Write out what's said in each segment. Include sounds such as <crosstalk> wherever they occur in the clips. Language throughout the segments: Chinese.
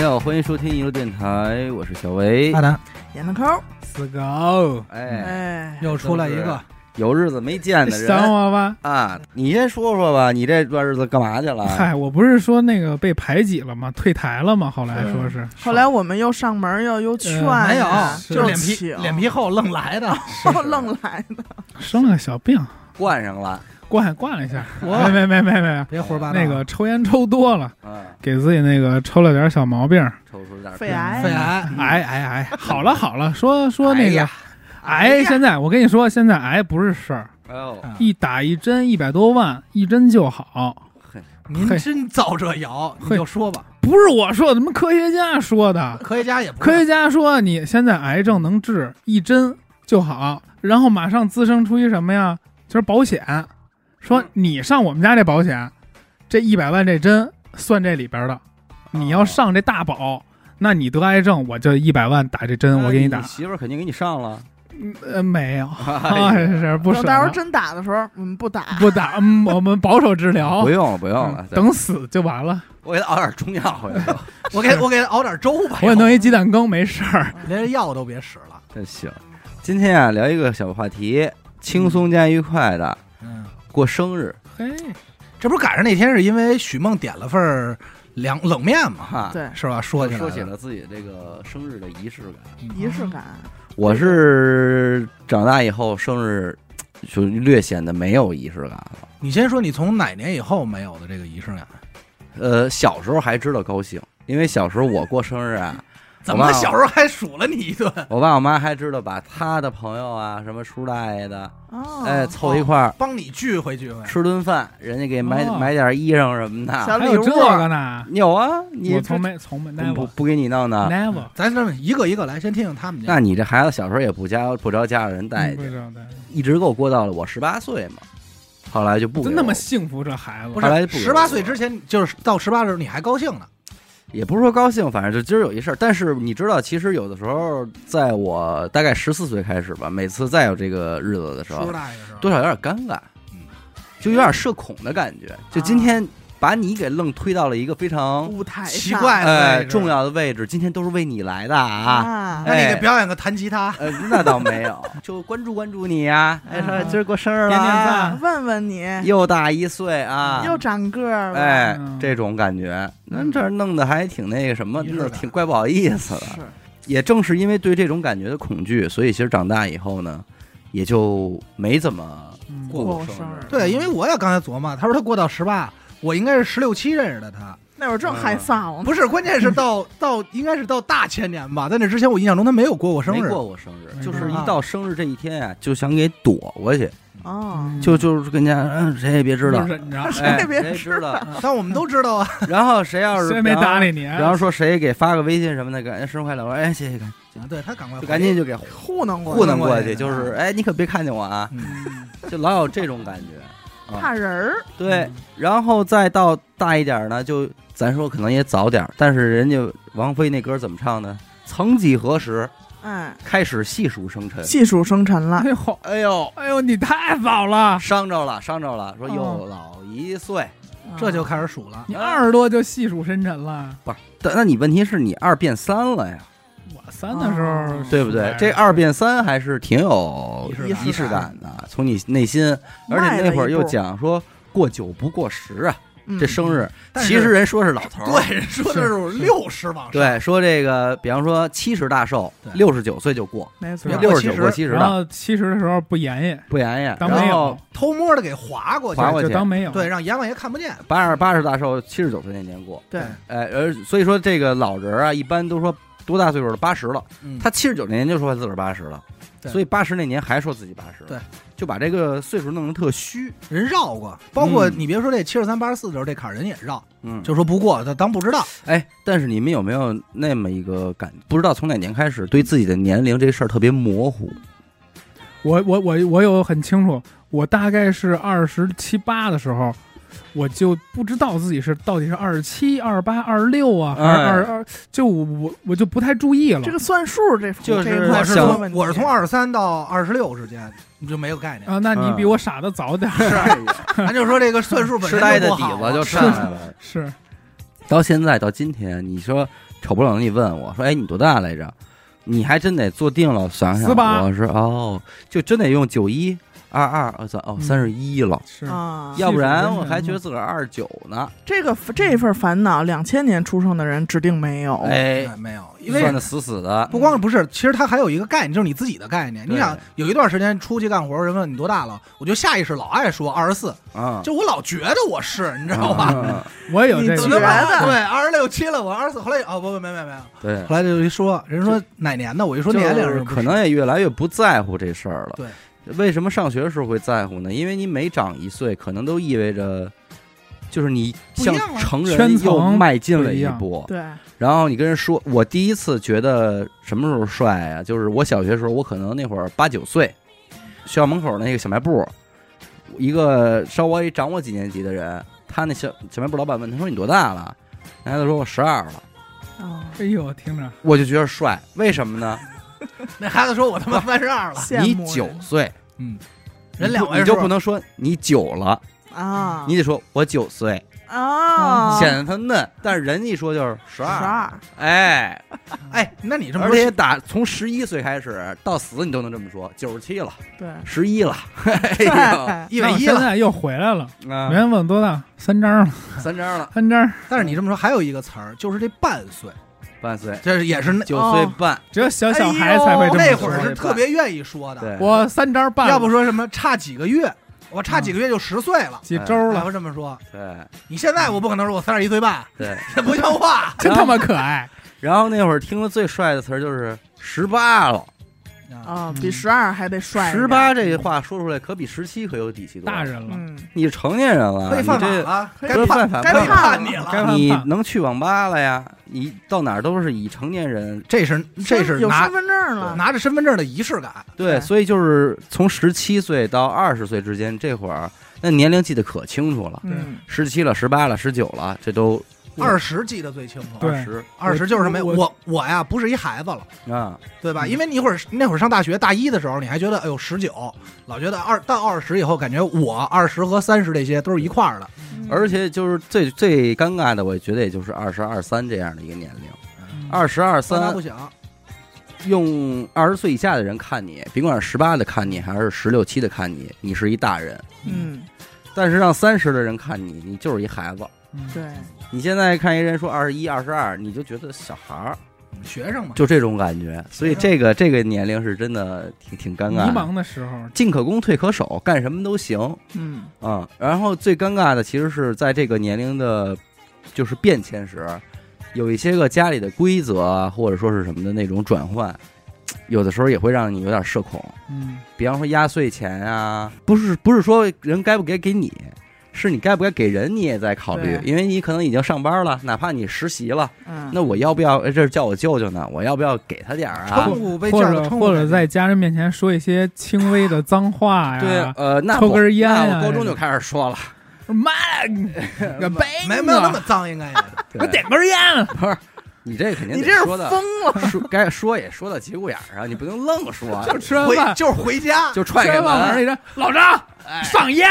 友，欢迎收听一路电台，我是小维啊阿。南眼子抠，死狗，哎，哎，又出来一个，有日子没见的想人我吧？啊，你先说说吧，你这段日子干嘛去了？嗨，我不是说那个被排挤了吗？退台了吗？后来嗯说是，后来我们又上门又又劝呀，呃哎没有，是啊就是脸皮请 <laughs> 脸皮厚愣来的。我愣来的，生了个小病，惯上了，挂挂了一下。我没没没没啊 <laughs> 没，别胡说八道，那个抽烟抽多了，嗯，给自己那个抽了点小毛病，抽出点儿肺啊嗯肺癌，癌癌癌癌，好了好了，说嗯说那嗯哎个呀哎癌，呀现在我跟你说，现在癌不是事儿，哎呦，啊一打一针一百多万，一针就好。您嘿真造这谣，你嘿就说吧。不是我说，的，他妈科学家说的，科学家也不 <laughs> 科学家说你现在癌症能治一针就好，然后马上滋生出一什么呀？就是保险，说你上我们家这保险，这一百万这针算这里边的，你要上这大保。那你得癌症，我就一百万打这嗯针，我给你打。媳妇儿肯哎定给你上了，呃，没有，哎哎、是不等是？到时候真打的时候，我们不打，不打，嗯，<laughs> 我们保守治疗不，用了，不用了嗯，等死就完了。我给他熬点中药回来 <laughs> 吧，我给我给熬点粥吧。哎我也弄一鸡蛋羹，没事儿。连药都别使了。真行。今天啊，聊一个小话题，轻松加愉快的嗯，过生日嘿，这不是赶上那天是因为许梦点了份儿凉冷面嘛，哈，对，啊是吧？说起来说起了了自己这个生日的仪式感。仪式感，我是长大以后生日就略显得没有仪式感了。你先说你从哪年以后没有的这个仪式感？呃，小时候还知道高兴，因为小时候我过生日啊， <laughs> 怎么小时候还数了你一顿？我爸我妈还知道把他的朋友啊，什么叔大爷的，哦，哎，凑一块儿帮你聚回聚回。吃顿饭，人家给买哦买点衣裳什么的。小还礼有物这，个呢？有啊，你我从没从没这不 never 不给你弄呢？ never。咱这么一个一个来，先听听他们家那。你这孩子小时候也不家不着家人待嗯不见，知道对一直给我过到了我十八岁嘛，后来就不给真那我么幸福，这孩子不后来是不十八岁之前，就是到十八的时候你还高兴呢。也不是说高兴，反正就今儿有一事儿。但是你知道，其实有的时候，在我大概十四岁开始吧，每次再有这个日子的时叔候，大爷是吧？多少有点尴尬嗯，就有点社恐的感觉。就今天把你给愣推到了一个非常舞台上奇怪的呃位置重要的位置，今天都是为你来的啊。啊那哎你给表演个弹吉他，呃，那倒没有，就关注关注你呀、哎，说今儿过生日了啊，点问问你，又大一岁啊，又长个儿了，哎嗯，这种感觉，那这儿弄得还挺那个什么，仪式弄感得挺怪不好意思的。是也正是因为对这种感觉的恐惧，所以其实长大以后呢，也就没怎么嗯过过生生日对，因为我也刚才琢磨，他说他过到十八，我应该是十六七认识的他，那会儿正害臊呢，不是，关键是到到应该是到大前年吧，在那之前我印象中他没有过过生没日，过过生日，没就过是一到生日这一天啊，就想给躲过去，哦，嗯就就是跟人家嗯谁也别知道就，忍着，哎谁也别谁知知道。但我们都知道 <laughs> 啊，然后谁要是 <laughs> 谁也没搭理你，比方，啊比方说谁给发个微信什么的，感觉生日快乐，我说哎谢谢，感对他赶快就赶紧就就，给糊弄过糊去，弄过去，嗯就是哎你可别看见我啊，嗯就老有这种感觉。啊怕人儿，对，然后再到大一点儿呢，就咱说可能也早点儿，但是人家王菲那歌怎么唱呢？曾几何时，哎，开始细数生辰，技术生辰了哎，呦，哎呦，哎呦，你太早了，伤着了，伤着了，说又哦老一岁。这嗯就开始数嗯了。你二十多就细数深沉了。但那你问题是你二变三了呀，我三的时候哦，嗯对不对？这二变三还是挺有仪式感仪式感的，从你内心，而且那会儿又讲说过九不过十啊，嗯这生日但是其实人说是老头儿，对，人说的是六十往上，，对，说这个比方说七十大寿，对六十九岁就过，没错对，啊六十九过七十然的后七十的时候不言语，不言语，当然后没有，偷摸的给划过去划，过去就当没有。对，，让阎王爷看不见。八十八十大寿，七十九岁那年过。对，嗯哎，而所以说这个老人啊，一般都说多大岁数了？八十了。嗯他七十九那年就说自个儿八十了，对所以八十那年还说自己八十。对，就把这个岁数弄得特虚。人绕过，包括嗯你别说这七十三八十四的时候，这坎儿人也绕，嗯，就说不过他当不知道。哎，但是你们有没有那么一个感？不知道从哪年开始，对自己的年龄这事儿特别模糊。我我我我有很清楚，我大概是二十七八的时候，我就不知道自己是到底是二十七、二十八、二十六啊，还是哎二二，就我我我就不太注意了。这个算数这就是这一块我我是是出从从问题我是从二十三到二十六之间，你就没有概念。 <laughs> 啊，那你比嗯我傻的早点儿，啊 <laughs> 咱就说这个算数本痴身呆的不底好 <laughs> 子就上是来了。是到现在到今天，你说瞅不冷你问我说，哎，你多大来着？你还真得坐定了想想， 48我是哦，就真得用九一二二，我操，哦，嗯三十一了，是啊，要不嗯真然是我还觉嗯得自个儿二十九呢。这个这份烦恼，两千年出生的人指定没有。哎，哎没有，因为算的死死的，不光是不是，其实它还有一个概念，就是你自己的概念。对你想，有一段时间出去干活，人问你多大了，我就下意识老爱说二十四，啊，嗯就我老觉得我是，你知道啊吧？ <laughs> 吧？我也有这怎你觉么个，办得对，二十六七了，我二十四。后来哦不不没没没有，对，后来就一说，人说哪年的，我一说年龄就是人不是，可能也越来越不在乎这事儿了。对，为什么上学的时候会在乎呢？因为你每长一岁，可能都意味着，就是你不向一样啊了成人圈层又迈进了不一一样步。对，然后你跟人说，我第一次觉得什么时候帅啊？就是我小学的时候，我可能那会儿八九岁，学校门口那个小卖部，一个稍微长我几年级的人，他那小小卖部老板问他说：“你多大了？”然后他说：“我十二了。啊，哎呦，听着”我就觉得帅，为什么呢？那孩子说我他妈三十二了，羡你慕九岁，嗯，你人两不位你就数不能说你九了，嗯啊，你得说我九岁，啊，显得他嫩。但是人家一说就是十十二，二，哎，哎，那你这么而说且打从十一岁开始到死，你都能这么说，九十七了，对，十一 <laughs> 了，哎呦，对一那百一我现了。在又回来了。啊原，来问多大？三张了，三张了，三张，但是你这么说还有一个词儿，就是这半岁，半岁，这也是那九岁半，只有小小孩哎呦才会这么那说会儿是特别愿意说的。对，我三张半了，要不说什么差几个月，我差几个月就十岁了。几周然了，后这么说，对你现在我不可能说我三十一岁半，对。这不像 <laughs> 话。真他妈可爱。然后那会儿听的最帅的词儿就是十八了，啊，比嗯十二还得帅一点十八，这个话说出来可比十七可有底气多了。大人了，嗯，你成年人了，可以你犯法这了，可以该不是判犯法该不是判犯你该了。犯你法能去网吧了呀？你到哪儿都是以成年人这是这是有拿身份证了，拿着身份证的仪式感。对，对所以就是从十七岁到二十岁之间这会儿，那年龄记得可清楚了，嗯，十七了、十八了、十九了，这都对二十记得最清楚，对十二十就是没我我我呀，不是一孩子了，啊，对吧？嗯因为你一会儿那会儿上大学大一的时候，你还觉得哎呦十九，老觉得二到二十以后，感觉我二十和三十这些都是一块儿的。嗯嗯而且就是最最尴尬的，我觉得也就是二十二三这样的一个年龄，嗯二十二大三不，小，用二十岁以下的人看你，甭管是十八的看你还是十六七的看你，你是一大人；嗯，但是让三十的人看你，你就是一孩子。嗯对，你现在看一人说二十一、二十二，你就觉得小孩儿，学生嘛，就这种感觉。所以这个这个年龄是真的挺挺尴啊迷尬的。茫的时候，进可攻，退可守，干什么都行嗯，啊、然后最尴尬的其实是在这个年龄的，就是变迁时，有一些个家里的规则啊，或者说是什么的那种转换，有的时候也会让你有点社恐。嗯，比方说压岁钱啊，嗯不是不是说人该不该给你，是你该不该给人，你也在考虑，对因为你可能已经上班了，哪怕你实习了，嗯，那我要不要？哎这是叫我舅舅呢，我要不要给他点儿啊？称呼被或叫的者称呼或者感觉在家人面前说一些轻微的脏话呀，对，呃，那抽我根烟那啊我高中就开始说 <laughs> 了，妈，个杯没子没有那么脏，应该也我点根 <laughs> 烟，啊不是你这肯定你得这是说的，疯了，说该说也说到节骨眼儿上，你不能愣说啊，就吃完回 <laughs> 饭，就是回家，就踹吃开完饭往那门。一站，老张哎上 <laughs> 烟，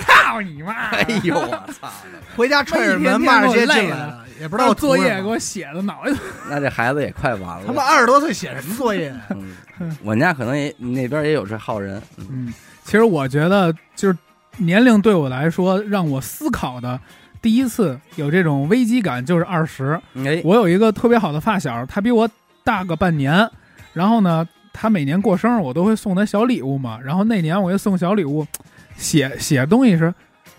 操你妈！哎呦我操！回家踹着门骂着街进来了，也不不知道作业给给我我写的脑袋 <laughs> 那这孩子也快完他妈了。二十多岁写什么作业？啊嗯，我们家可能也那边也有这号人。嗯嗯，其实我觉得就是年龄对我来说，让我思考的第一次有这种危机感就是二十。哎，我有一个特别好的发小，他比我大个半年，然后呢，他每年过生日我都会送他小礼物嘛，然后那年我又送小礼物，写 <laughs> 写东西时，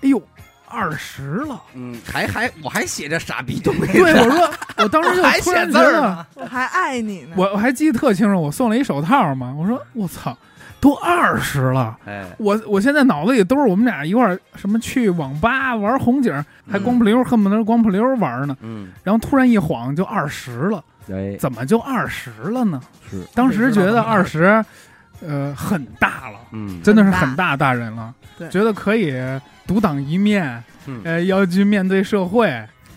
哎呦。二十 <laughs> 了，嗯，还还我还写着傻逼东西。对我说，我当时就还突写然字觉儿得，呢？我还爱你呢，我我还记得特清楚，我送了一手套嘛，我说我操，都二十了，哎，我我现在脑子里都是我们俩一块儿什么去网吧玩红警，还光嗯不溜儿，恨不得光不溜儿玩呢。嗯，然后突然一晃就二十了，哎，怎么就二十了呢？是，当时觉得二十，呃，很大了，嗯，真的是很大大人了，对觉得可以独当一面，嗯呃，要去面对社会。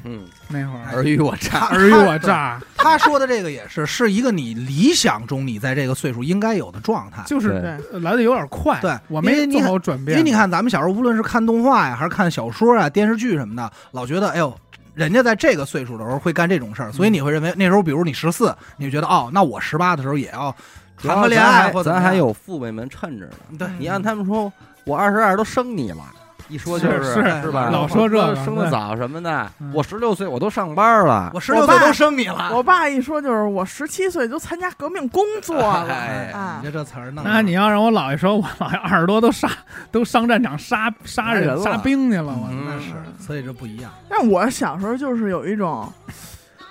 嗯，那会儿尔虞我诈。 <laughs> 尔虞我 <laughs> 诈，他说的这个也是，是一个你理想中你在这个岁数应该有的状态。就是对呃来的有点快。对我因没为你做看好转因变。为你看，咱们小时候无论是看动画呀，还是看小说啊、电视剧什么的，老觉得哎呦，人家在这个岁数的时候会干这种事儿，所以你会认为那时候，比如你十四，你就觉得哦，那我十八的时候也要谈个恋爱主要或咱者还咱还怎么有父辈们趁着呢。样对你按他们说，我二十二都生你了，一说就是是是是吧？老说这个生的早什么的嗯，我十六岁我都上班了，我十六我爸岁都生你了，我爸一说就是我十七岁就参加革命工作了哎啊你，这这词儿弄的，那你要让我姥爷说，我 <laughs> 姥爷二十多都杀都上战场杀杀杀人人了杀兵去了，我嗯那是，所以这不一样。但我小时候就是有一种，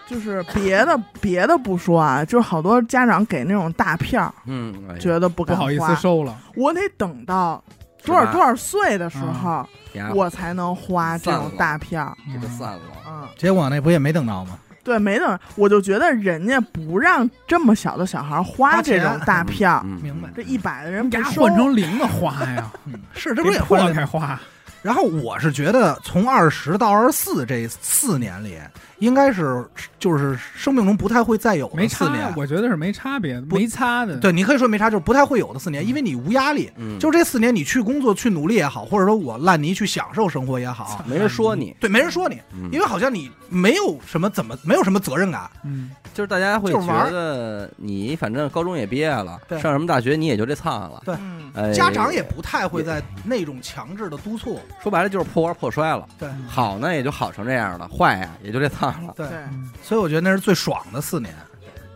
就是别的别的不说啊，就是好多家长给那种大票，嗯，哎呀觉得不不敢好意思花收了。我得等到多少18多少岁的时候，呀我才能花这种大票。给他嗯啊散了，嗯，结果那不也没等到吗？对，没等，我就觉得人家不让这么小的小孩花花这钱种大票，嗯明白这一百的人你不给他收换成零的花呀，嗯，是 <laughs> 这不给是也换破了？开花？然后我是觉得，从二十到二十四这四年里，应该是就是生命中不太会再有没的四差啊年，。啊我觉得是没差别，不没差的。对，你可以说没差，就是不太会有的四年，嗯因为你无压力。嗯，就这四年，你去工作、去努力也好，或者说我烂泥去享受生活也好，没人说你，对，没人说你，嗯因为好像你没有什么怎么没有什么责任感。嗯，就是大家会就是玩觉儿得你反正高中也毕业了，对上什么大学你也就这苍了，对嗯，哎家长也不太会在那种强制的督促，说白了就是破罐破摔了，对好呢也就好成这样了，坏呀也就这苍了，对对，嗯所以我觉得那是最爽的四年。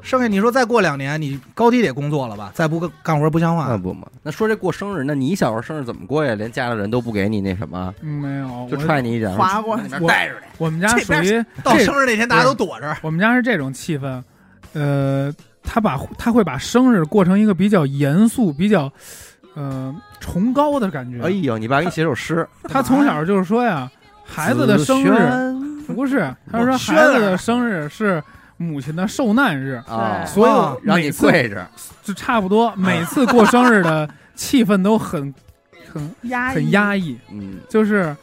剩下你说再过两年，你高低得工作了吧？再不干活不像话那。不嘛？那说这过生日，那你小时候生日怎么过呀？连家里人都不给你那什么，嗯没有，就我踹你一脚，划过往里嗯面我嗯带着嗯我们家这属于到这生日那天，大家都躲着。我们家是这种气氛，呃，他把他会把生日过成一个比较呃严肃、比较呃崇高的感觉。你。哎呦，你爸给你写首诗，他从小就是说呀，孩子的生子日嗯不是，他我说孩宣子的生日是母亲的受难日，啊，所以啊我让你每次跪着，就差不多，每次过生日的气氛都很很压抑很压抑，嗯，就是。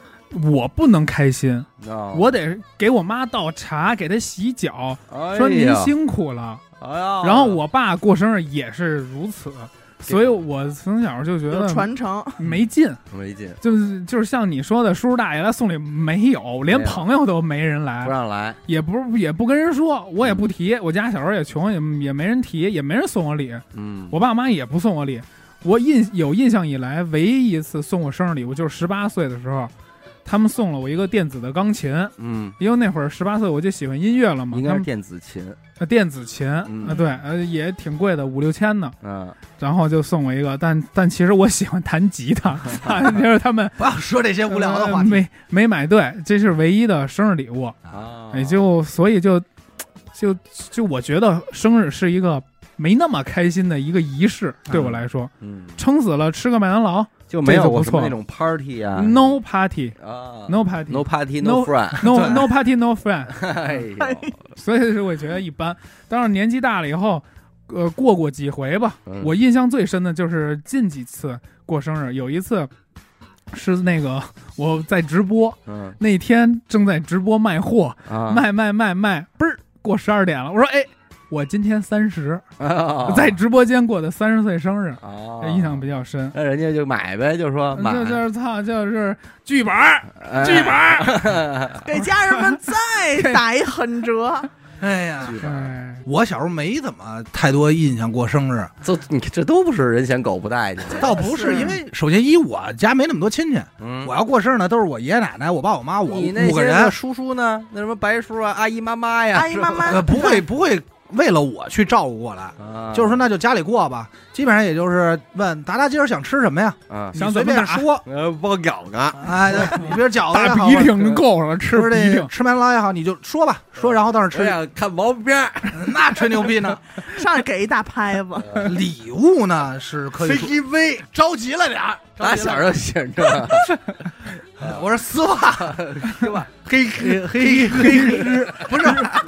我不能开心，啊我得给我妈倒茶，给她洗脚，说哎您呀辛苦了。哎呀，然后我爸过生日也是如此，所以我从小就觉有得传承，没劲，没劲，就是就是像你说的，叔叔大爷来送礼没有，连朋友都没人来不，让来，也不也不跟人说，我也不提，我家小时候也穷，也也没人提，也没人送我礼，嗯，我爸妈也不送我礼。我印有印象以来，唯一一次送我生日礼物就是十八岁的时候，他们送了我一个电子的钢琴，嗯，因为那会儿十八岁我就喜欢音乐了嘛，应该他是们电子琴，呃电子琴嗯啊，对，呃也挺贵的，五六千呢。嗯，然后就送我一个，但但其实我喜欢弹 <laughs> 吉他，啊就是他们不要说这些无聊的话呃嗯题。没没买对，这是唯一的生日礼物，啊，也哎就所以就就就我觉得生日是一个没那么开心的一个仪式，对我来说，嗯，撑死了吃个麦当劳就没这有就过不什么错那种 party 啊，no party，no 啊 party no party no No- <laughs> friend， <laughs> no no party no friend，哎呦， <laughs> 所以是我觉得一般。当然年纪大了以后，呃，过过几回吧。嗯我印象最深的就是近几次过生日，有一次是那个我在直播，嗯那天正在直播卖货，啊，卖卖卖卖，嘣儿过十二点了。我说，哎，我今天三十，啊在直播间过的三十岁生日，啊这，印象比较深。那人家就买呗，就啊说哎买，就就是操，就是剧本儿，哎剧 <laughs> 本儿，哎给家人们再打一狠折。哎呀，剧本，哎，我小时候没怎么太多印象过生日，这你这都不是人嫌狗不待见，倒不是是因为首先一我家没那么多亲戚，嗯我要过生日呢都是我爷爷奶奶、我爸我妈，我你那五个些人，啊叔叔呢？那什么白叔啊，阿姨妈妈呀，阿姨妈妈呃，不会不会为了我去照顾过来。啊，就是说，那就家里过吧。基本上也就是问达达今儿想吃什么呀？啊，想你随怎么便打，说。呃，不咬啊， <laughs> 哎，对你比如饺子也大好，鼻涕就够了，吃或者鼻涕这。吃麦当劳也好，你就说吧，说然后到那儿我吃，想哎看毛片儿， <laughs> 那吹牛逼呢。上来给一大 <laughs> 拍子，呃礼物呢是可以说 KTV，着急了点儿，打着急小就了喜欢这个，我说丝袜，是吧？黑黑黑黑丝，不是，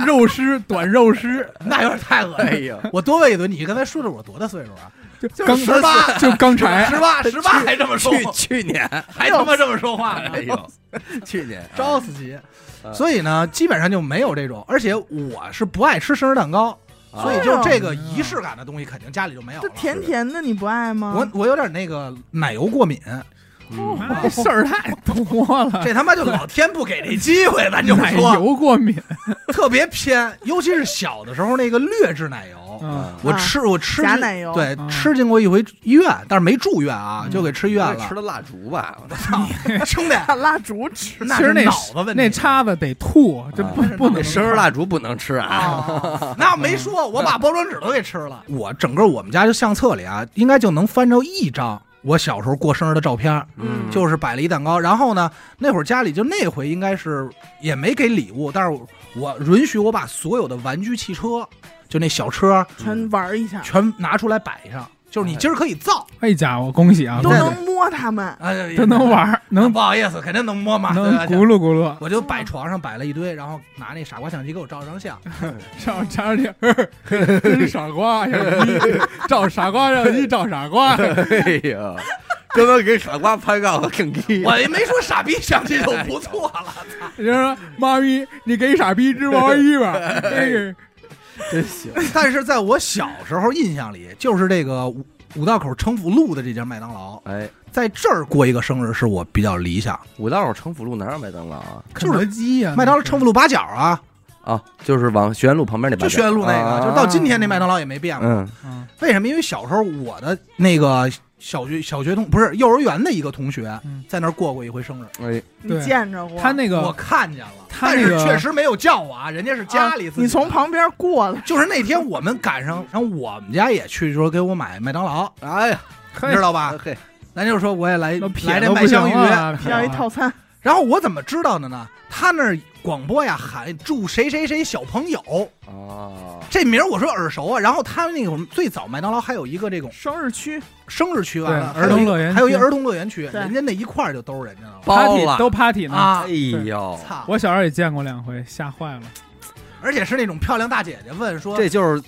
肉丝短肉丝，那有点太恶哎 <laughs> 心。呦，我多问一嘴，你刚才说的我多大岁数啊？就就是十八，就刚才 <laughs> 十八，十八还这么说，去年，还他妈这么说话呢哎，呦， <laughs> 去年 <laughs> 招死急嗯啊。所以呢，基本上就没有这种，而且我是不爱吃生日蛋糕，哦所以就这个嗯仪式感的东西肯定家里就没有这了。甜甜的你不爱吗？啊我我有点那个奶油过敏，嗯妈事儿太多了，这他妈就 <laughs> 老天不给这机会，咱就奶说油过敏，特别偏，尤其是小的时候那个劣质奶油，啊嗯，我吃我吃啊假进奶油对嗯吃进过一回医院，但是没住院啊，嗯就给吃医院应该吃了。的蜡烛吧？操， <laughs> 兄弟，蜡烛吃那其实是那脑子问题，那叉子得吐，这不啊不能那生日蜡烛不能吃啊！啊， <laughs> 那没说，我把包装纸都给吃了。 <laughs> 我整个我们家就相册里啊，应该就能翻着一张我小时候过生日的照片，嗯，就是摆了一蛋糕。然后呢，那会儿家里就那回应该是也没给礼物，但是我我允许我把所有的玩具汽车，就那小车全玩一下，嗯全拿出来摆上，就是你今儿可以造，哎家伙，恭喜啊，都对能摸它们。哎，都 <laughs> 能，玩儿，能不好意思，肯定能摸嘛，能对啊吧？咕噜咕噜，我就摆床上摆了一堆，然后拿那傻瓜相机给我照张相，照照这，真是傻瓜相机，照傻瓜相机照 <laughs> 傻瓜，哎呀，这能给傻瓜拍到更低。我也没说傻逼相机就不错了。人说妈咪，你给傻逼织毛衣 <laughs> 吧，哎那个真行，但是在我小时候印象里，就是这个五五道口城府路的这家麦当劳，哎，在这儿过一个生日是我比较理想。五道口城府路哪有麦当劳啊？肯德基呀，麦当劳城府路八角啊，啊，就是往学院路旁边那八就角，学院路那啊个，就到今天那麦当劳也没变过。嗯嗯为什么？因为小时候我的那个小学小学同不是幼儿园的一个同学嗯，在那儿过过一回生日，哎，你对见着过？他那我个看见了，他但那是个确实没有叫我啊，人家是家里自己的你从。旁边过了，就是那天我们赶上，然后我们家也去说给我买麦当劳，哎呀，你知道吧？嘿，咱就说我也来那撇来都这不麦香行啊鱼，了撇要一了套 <laughs> 餐，然后我怎么知道的呢？他那儿广播呀喊祝谁谁谁小朋友，哦，这名儿我说耳熟啊。然后他们那会儿最早麦当劳还有一个这种生日区生日区完了，对儿童乐园区还有一儿童乐园区，对人家那一块儿就都是人家了包 party 了都 party 呢，啊哎！哦呦，操！我小时候也见过两回，吓坏了，而且是那种漂亮大姐姐问说，这就是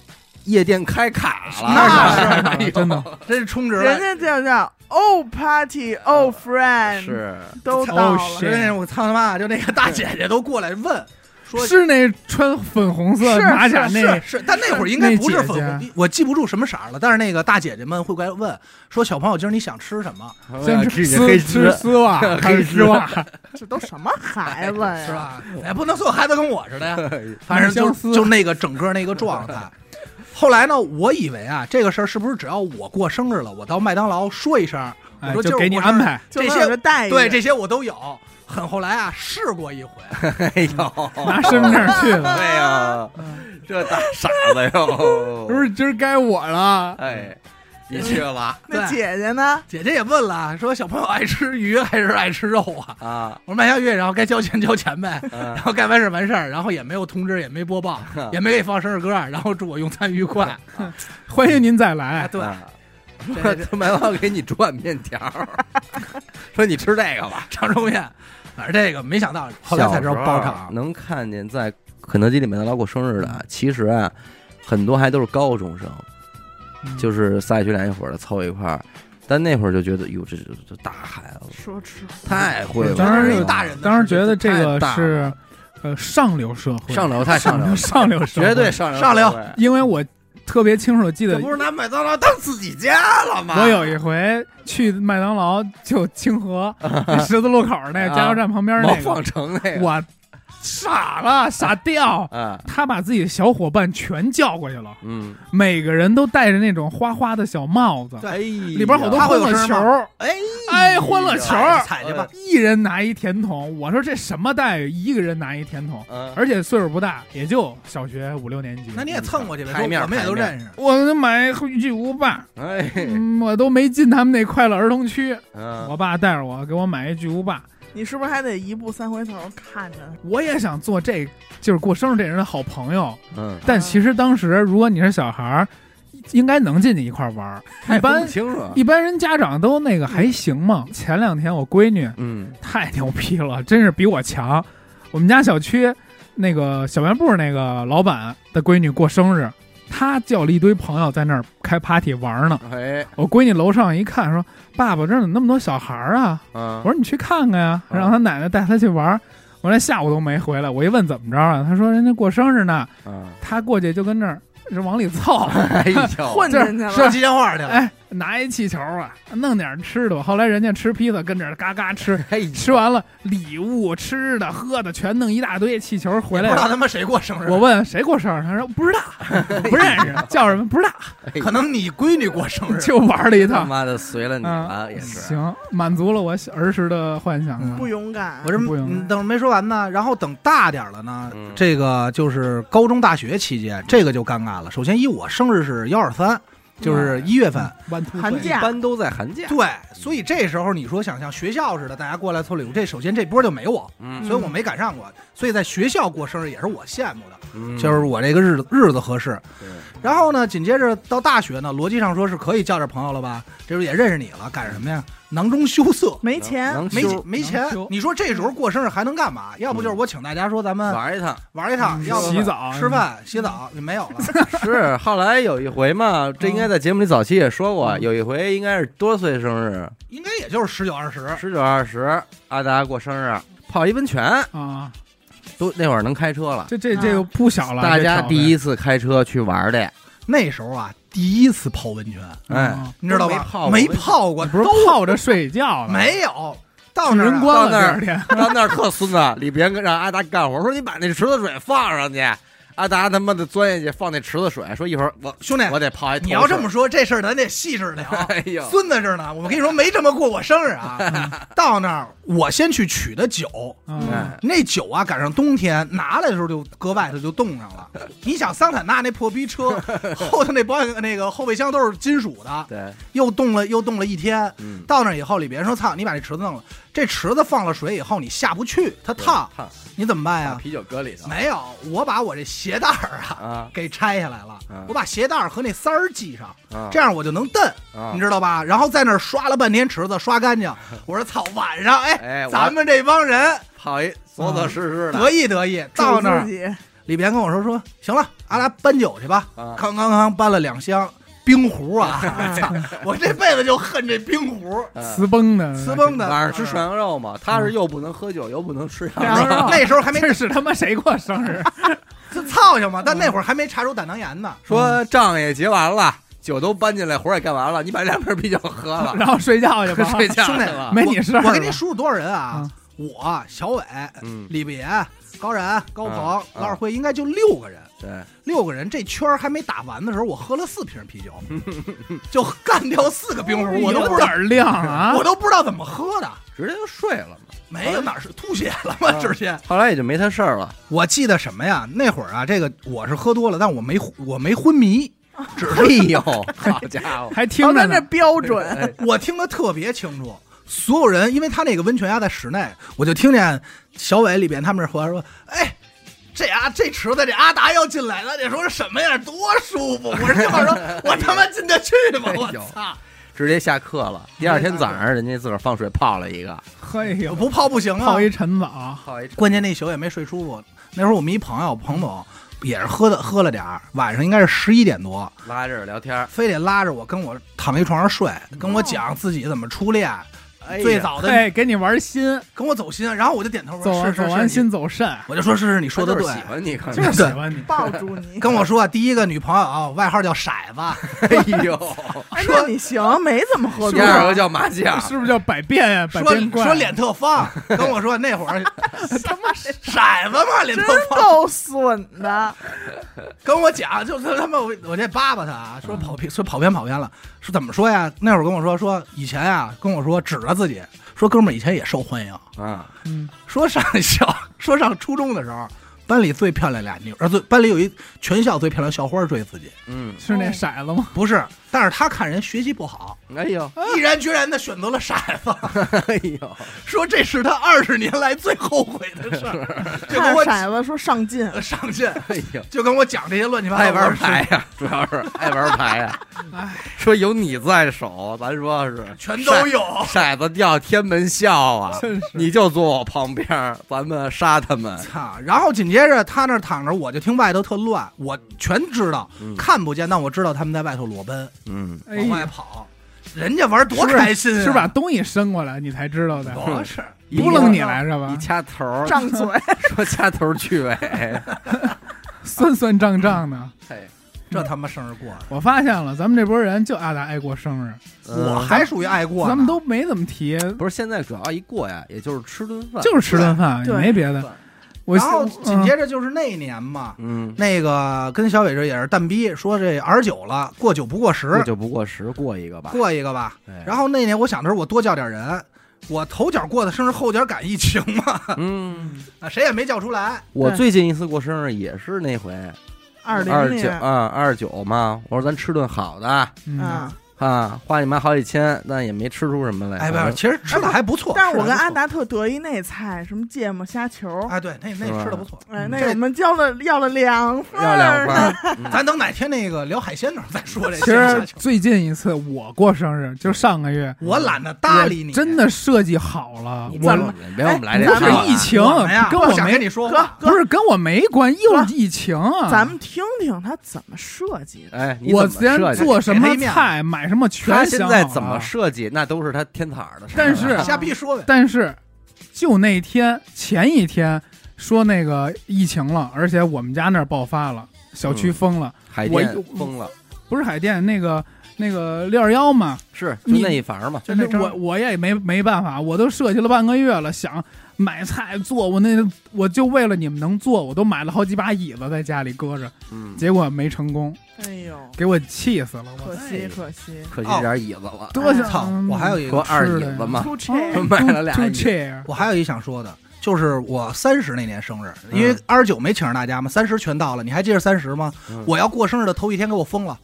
夜店开卡了，那是哎呦真的真是充值人了。家叫叫 old party old friend，是都到 Oh, 了。 shit 真是我操他妈！就那个大姐姐都过来问说，是那穿粉红色是马甲那是啊是，但那会儿应该不是粉那红，我记不住什么色儿了。但是那个大姐姐们会过来问说，小朋友今儿你想吃什么？先吃丝吃丝袜还是丝袜，这都什么孩子呀？ <laughs> 是？吧？哎，不能所有孩子跟我似的呀，哎反互正相就撕就那个整个那个状态。 <laughs> 后来呢，我以为啊，这个事儿是不是只要我过生日了，我到麦当劳说一声，我哎说就给你安，排，就这能些有这待遇，对这些我都有。很后来啊，试过一回，哎呦，拿身份证去 <laughs> 了，对呀，这大傻子哟，不是今儿该我了，哎，你去了那对姐姐呢？姐姐也问了，说小朋友爱吃鱼还是爱吃肉啊？ <laughs> 啊？我说麦香鱼，然后该交钱交钱呗， <laughs> 嗯 <laughs> 然后该完事儿完事儿，然后也没有通知，也没播 <laughs> 报，也没给放生日歌，然后祝我用餐愉快。欢迎您再哎，来，对，啊这 <laughs> 这他买完给你煮碗面条儿，说你吃这个吧。啊长寿面，反正这个没想到， <laughs> 后来才知道包小时候啊场。能看见在肯德基里面的劳过生日的，其实啊，很多还都是高中生，嗯就是仨一学两一伙的凑一块儿。但那会儿就觉得，哟，这这这大孩子说吃太会玩当儿然是了，有大人的当时觉得这太个大是了呃上流社会，上流太上流了， <laughs> 上流社会，绝对上流上流社会，因为我特别清楚地记得这，不是拿麦当劳当自己家了吗？我有一回去麦当劳，就 <laughs> 清河那十字路口那加油站旁边毛那纺个，城哎那个，我傻了，傻掉。啊，他把自己的小伙伴全叫过去了，嗯，每个人都戴着那种花花的小帽子，对哎呀，里边好多他会欢有乐声球吗儿，哎哎欢乐球儿踩去吧，一人拿一甜筒。我说这什么待遇？一个人拿一甜筒，嗯，而且岁数不大，也就小学五六年级。那你也蹭过去呗，台面说我们也都认识。我就买回去我爸，哎，嗯，我都没进他们那快乐儿童区，嗯我爸带着我给我买一巨无霸，你是不是还得一步三回头看着他？我也想做这，就是过生日这人的好朋友。嗯，但其实当时如果你是小孩儿，应该能进去一块儿玩儿。一分般不清楚，一般人家长都那个还行嘛。前两天我闺女嗯，太牛逼了，真是比我强。我们家小区那个小卖部那个老板的闺女过生日，她叫了一堆朋友在那儿开 party 玩儿呢。哎，我闺女楼上一看说：“爸爸，这儿怎么那么多小孩儿啊？”嗯，我说你去看看呀，嗯让他奶奶带他去玩儿。我连下午都没回来，我一问怎么着啊，他说人家过生日呢，嗯，他过去就跟那儿就往里凑，哎呦，哦混进去了这说吉祥话去了，哎，拿一气球啊，弄点吃的吧。后来人家吃披萨，跟着嘎嘎吃， <laughs> 嘿，吃完了礼物、吃的、喝的全弄一大堆，气球回来不知道了。他妈谁过生日，我问谁过生日，他说不知道，不认识，叫什么不知道，可能你闺女过 <laughs> 生日，就玩了一他趟。妈的随了你了，啊也是。行，满足了我小儿时的幻想嗯了。不勇敢嗯我。这不用嗯等着没说完呢，然后等大点儿了呢，哎嗯这个就是高中、大学期间，这个就尴尬了。首先，一我生日是幺二三，就是嗯一月份， One two 寒 three 一假般都在寒假，对，所以这时候你说想像学校似的，大家过来凑礼物，这首先这波就没我，嗯，所以我没赶上过。所以在学校过生日也是我羡慕的，嗯就是我这个日子日子合适。对然后呢，紧接着到大学呢，逻辑上说是可以叫点朋友了吧？这时候也认识你了，干什么呀？囊中羞涩，没能钱，能没休没钱能休。你说这时候过生日还能干嘛？要不就是我请大家说咱们玩一趟。玩一趟，要不嗯洗澡吃饭、洗澡也没有 <laughs> 了。是后来有一回嘛，这应该在节目里早期也说过，有一回应该是多岁生日，应该也就是十九二十，十九二十，阿达过生日，泡一温泉，啊，都那会儿能开车了。这这这个不小了。大家第一，一次开车去玩的，那时候啊，第一次泡温泉，哎，嗯你知道没吧泡？过没温泉泡过，不是都泡着睡觉了，没有。到女那儿人啊关到了那儿第二天， <laughs> 到那儿特孙子，里边让阿达干活，说你把那池子水放上去，阿达他妈的钻下去放那池子水，说一会儿我兄弟，我得泡一。哎 <laughs> 你要这么，说，这事儿咱得细致聊。哎呦，孙子这儿呢，我跟你说没这么过我生日 <laughs> 啊。到那儿我先去取的酒，嗯哎，那酒啊赶上冬天，拿来的时候就搁外头就冻上了。你想桑塔纳那破 <laughs> 逼车，后头那保险那个后备箱都是金属的，对，又冻了又冻了一天。嗯，到那儿以后，里边说：“操，你把这池子弄了，这池子放了水以后，你下不去，它烫，烫，啊你怎么办把呀啤酒搁里？”头没有，我把我这鞋带儿啊啊给拆下来了啊，我把鞋带儿和那塞儿系上，啊，这样我就能蹬，啊你，知道吧？然后在那儿刷了半天池子，刷干净。 <laughs> 我说：“操，晚上哎哎，我咱们这帮人泡一索索实实的得意得意。”到那自儿，己里边跟我说：“说行了，俺俩搬酒去吧。”啊，康康康搬了两箱冰壶 <laughs> 啊！我操，我这辈子就恨这冰壶，嗯瓷崩的，呲崩的。晚上吃涮羊肉嘛，他是又不能喝酒，又不能吃羊羊肉， <laughs> 肉那时候还没啊这是他妈谁过 <laughs> 生日？这操性嘛，嗯但那会儿还没查出胆囊炎呢。说账也结完了，酒都搬进来，活儿也干完了，你把两瓶啤酒喝 <laughs> 了，，然后睡觉去吧睡觉去兄弟了，没你事儿吧。我跟您数数多少人啊？我、小伟、嗯，李别、高然、高鹏、嗯老二辉，应该就六个人。对，六个人这圈儿还没打完的时候，我喝了四瓶啤酒， <laughs> 就干掉四个冰壶，我都不知哪道，儿亮啊！ <laughs> 我都不知道怎么喝的。直接就睡了嘛。没有啊哪是吐血了吗？嗯直接。后来也就没他事儿了，我记得什么呀？那会儿啊，这个我是喝多了，但我没我没昏迷，只是哎呦， <laughs> 好家 <laughs> 伙，还听瞧哦着咱这呢，哦标准，哎我听得特别清楚，所有人，因为他那个温泉鸭啊在室内，我就听见小伟里边他们这回说：“哎，这阿这池子这阿达要进来了，你说什么样，多舒服！”我这会儿说：“我他妈进得去 <laughs> 吗？我哎呦操，直接下课了。第二天早上，人家自个儿放水泡了一个， <laughs> 嘿我呦，不泡不行啊泡一晨早， <laughs> 泡一关键那宿也没睡舒服。那会儿我们一朋友彭总也是喝的喝了点儿，晚上应该是十一点多，拉这儿聊天儿，非得拉着我跟我躺一床上睡，跟我讲自己怎么初恋，哎呀最早的嘿，给你玩心，跟我走心，然后我就点头我走说：“啊完是走是完是。”心 <laughs> 走肾，我就说是是，你说的他就对是。喜欢你，可就能是喜 <laughs> 欢你。抱住你。跟我说啊，第一个女朋友啊外号叫骰 <laughs> 子，哎 <laughs> 呦，哎，那你行，没怎么喝第多。二个叫麻将，是不是叫百变呀？百变说怪，说脸特方，跟我说那会儿他妈哎是骰子嘛脸 <laughs> 真特方，够损的，跟我讲就是他妈我我这巴巴他啊，说跑偏说跑偏跑偏了，说怎么说呀？那会儿跟我说说以前啊跟我说指着自己说哥们儿以前也受欢迎，啊，嗯，说上小说上初中的时候。班里最漂亮俩妞，呃，最班里有一全校最漂亮校花追自己，嗯，是哦那骰子吗？ <laughs> 不是，但是他看人学习不好，哎呦，毅然决然的选择了骰子， <laughs> 哎呦，说这是他二十年来最后悔的事儿，就跟看我骰子说 <laughs> 上进，呃上线，哎呦。就跟我讲这些乱七八糟爱的玩事儿牌，啊呀、主要是爱玩牌呀、 <laughs> 哎，说有你在手，咱说是全都有。骰子掉天门笑啊，真是你就坐我旁边儿，咱们杀他们。操！啊然后紧接着他那儿躺着，我就听外头特乱，我全知道，嗯看不见，但我知道他们在外头裸奔，嗯，哎往外呀，跑，人家玩多开心啊！是把？东西伸过来，你才知道的，不是， <laughs> 不愣楞你来是吧一？掐头儿，张嘴， <laughs> 说掐头去尾，啊酸酸胀胀的，哎，这他妈生日过的，我发现了，咱们这波人就爱打爱过生日，我嗯还属于爱过呢。咱们都没怎么提，不是现在主要一过呀，也就是吃顿饭，就是吃顿饭，也对没别的对。我然后紧嗯接着就是那一年嘛，嗯，那个跟小伟这也是蛋逼，说这 R 九了，过九不过过十，就不过十，过一个吧。哎过一个吧。然后后那年我想的是，我多叫点人，我头脚过的生日，后脚赶疫情嘛， <laughs> 嗯，啊谁也没叫出来。我最近一次过生日也是那回二二零九年啊二九嘛，我说咱吃顿好的嗯，啊，啊，花你妈好几千，但也没吃出什么来。哎，不反是，正其实吃的还不错。但是我吃得跟还阿不错达特得意那菜，什么芥末虾球，哎，对，那是吧那吃的不错。哎，嗯那这我们交了要了两份要两儿份呢，儿，嗯 <laughs> 咱等哪天那个聊海鲜的时候再说这。其实嗯最近一次我过生日就上个月，我懒得搭理你，真的设计好了，你哎我哎别别我们来这不套啊了是疫情我们呀，，跟不我想没跟你说哥话。不是跟我没关系，又哥是疫情啊。咱们听听他怎么设计的。哎，你我怎么虽然设计做什给么他一面菜，买什他么全现想在好怎么了设计，那都是他天才儿的啊事儿但是啊了瞎逼说呗，但是就那天前一天说那个疫情了，而且我们家那儿爆发了，小区嗯封了，海我淀疯了，不是海淀那个那个六二幺嘛，是就你那一房儿嘛，就那哎我我也没没办法，我都设计了半个月了，想买菜做，我那我就为了你们能做，我都买了好几把椅子在家里搁着，嗯，结果没成功，哎呦，给我气死了，我可惜可惜，可惜这点椅子哦了，多想操！我还有一说个，二椅子嘛，出差嗯买了俩就椅子 chair，我还有一想说的，就是我三十那年生日，嗯因为二十九没请着大家嘛，三十全到了，你还记着三十吗？嗯我要过生日的头一天给我封了，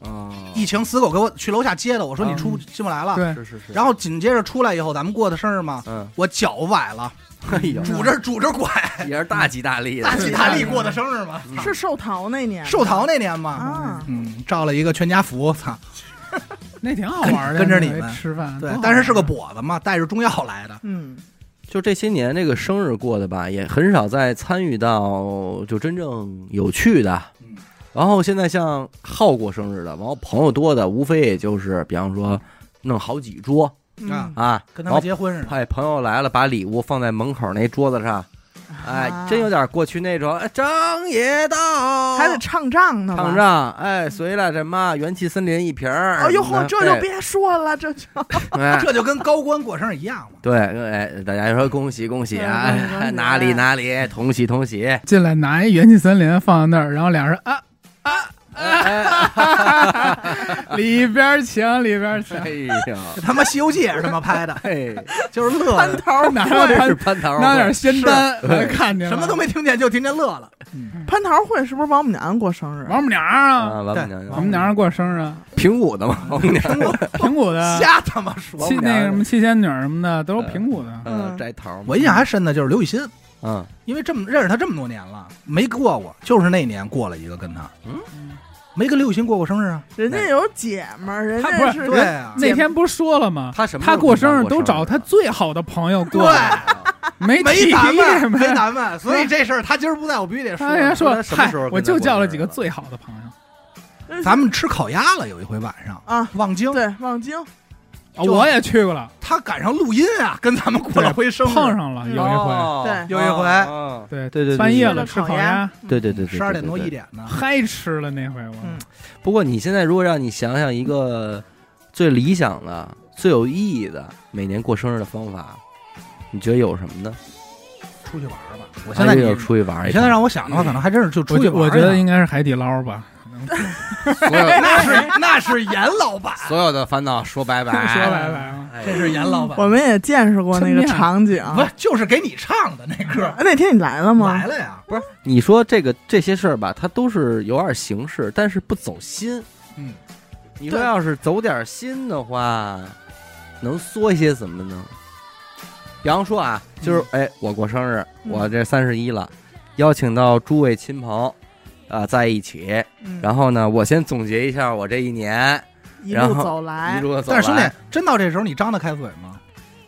哦疫情死狗给我去楼下接的，我说你嗯出进不来了。对，是是是，然后紧接着出来以后，咱们过的生日嘛，嗯，我脚崴了，哎 <laughs> 嗯呦，拄着拄着拐，也是大吉大利的大，吉大利过的生日嘛。操是寿桃那年，寿桃那年嘛，啊，嗯，照了一个全家福，操，那挺好玩的，跟跟着你那们吃饭，对多好，但是是个玩跛子嘛，带着中药来的，嗯，就这些年这个生日过的吧，也很少再参与到就真正有趣的嗯。然后现在像浩过生日的，然后朋友多的，无非也就是比方说弄好几桌嗯啊啊，跟然他后们结婚似的。派朋友来了，把礼物放在门口那桌子上，哎，啊真有点过去那种，哎张爷到，还得唱账呢吧，唱账，哎，随了这妈元气森林一瓶儿，哎呦嚯，嗯这就别说了，这就哎啊这就跟高官过生日一样嘛，对，哎，大家就说恭喜恭喜啊！嗯恭喜恭喜哎哪里哪里，同喜同喜！进来拿一元气森林放在那儿，然后俩人啊，哎里边请，里边请，哎呦，这他妈《西游记》也是他妈拍 <laughs> 的，嘿，就是乐翻的，头拿会着是蟠，蟠桃，拿点仙丹，我就看见了什么都。没听见，就听见乐 <laughs> 了。蟠桃会是不是王母娘过生日？王母娘儿啊，啊，王母娘王娘，母娘儿过生日啊，平谷的嘛，王母娘，平谷的，瞎他妈说。七王母那娘个什么七仙女儿什么的都是平谷的。嗯，嗯摘桃嘛。我印象还深的就是刘雨欣，嗯，因为这么认识他这么多年了，没过过，就是那年过了一个跟他，嗯没跟刘雨欣过过生日啊。人家有姐们儿，人他不家是对啊，那天不是说了吗？他什么时他候过过生生日日啊都找他最好的朋友对过，，没没 <laughs> 提咱们，没们。咱们，所以这事儿他今儿不在我必须哎得说。他人说他说什么嗨时候，跟他过我就叫了生几日啊个了最好的朋友。咱们吃烤鸭了，有一回晚上啊望京，对望京啊就我也去过了，他赶上录音啊，跟咱们过了回生碰日，上了有一回，哦对有一回哦对对对对半夜对了吃烤烤鸭，，对对对对，十二点多对对一。点呢。嗨吃了那回我嗯。不过你现在如果让你想想一个最理想的、最有意义的每年过生日的方法，你觉得有什么呢？出去玩儿吧，我现在还是你要哎出去玩儿一趟。你现在让我想的话，可能还真是就我出去觉玩我儿觉去了。得应该是海底捞吧，所有那是那是严老板，所有的烦恼说 <laughs> 拜拜， <laughs> 说拜拜啊，哎，这是严老板，我们也见识过那个抻面场景。不是就是给你唱的那歌哎，那天你来了吗来？了呀，不是你说这个这些事儿吧，它都是有点形式，但是不走心。嗯，你说对要是走点心的话，能说一些什么呢？比方说啊，就是哎，我过生日，嗯我这三十一了，邀请到诸位亲朋啊、在一起，嗯，然后呢，我先总结一下我这一年一然路后走一来，路走哎但是兄弟来，，真到这时候你张得开嘴吗？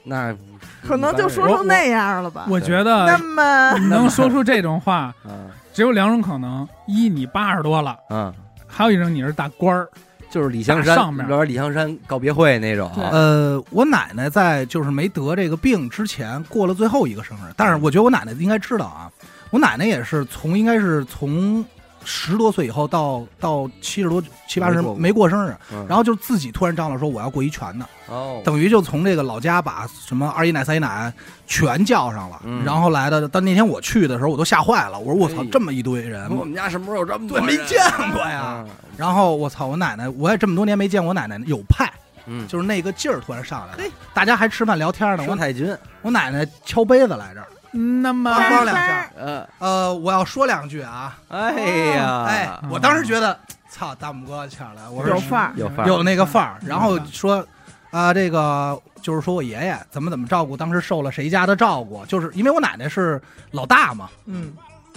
那不是可能就说一成那样了啊吧。 <laughs> 我嗯觉那得么你能说出这种话，般人只有两种可能：一，你八十多了；嗯嗯，还有一种你是大官儿。就是李香打山上面有点李香山告别会那种，对呃，我奶奶在就是没得这个病之前过了最后一个生日，但是我觉得我奶奶应该知道啊，我奶奶也是从应该是从十多岁以后到到七十多七八十没过过没过生日，嗯然后就自己突然张罗说我要过一全的，哦，等于就从这个老家把什么二姨奶三姨奶全叫上了，嗯然后来的。但那天我去的时候，我都吓坏了，我说我操哎，这么一堆人，我们家什么时候有这么对多没人见过呀。啊？然后我操，我奶奶，我也这么多年没见我奶奶有派，嗯，就是那个劲儿突然上来了嘿。大家还吃饭聊天呢，我生奶太君，我奶奶敲杯子来着，那么梆梆两下。呃，呃，我要说两句啊，哎呀，哎，嗯我当时觉得，操，大拇哥抢来，我说有范儿有范儿有那个范儿，嗯然后说啊、这个就是说我爷爷怎么怎么照顾，当时受了谁家的照顾，就是因为我奶奶是老大嘛，嗯，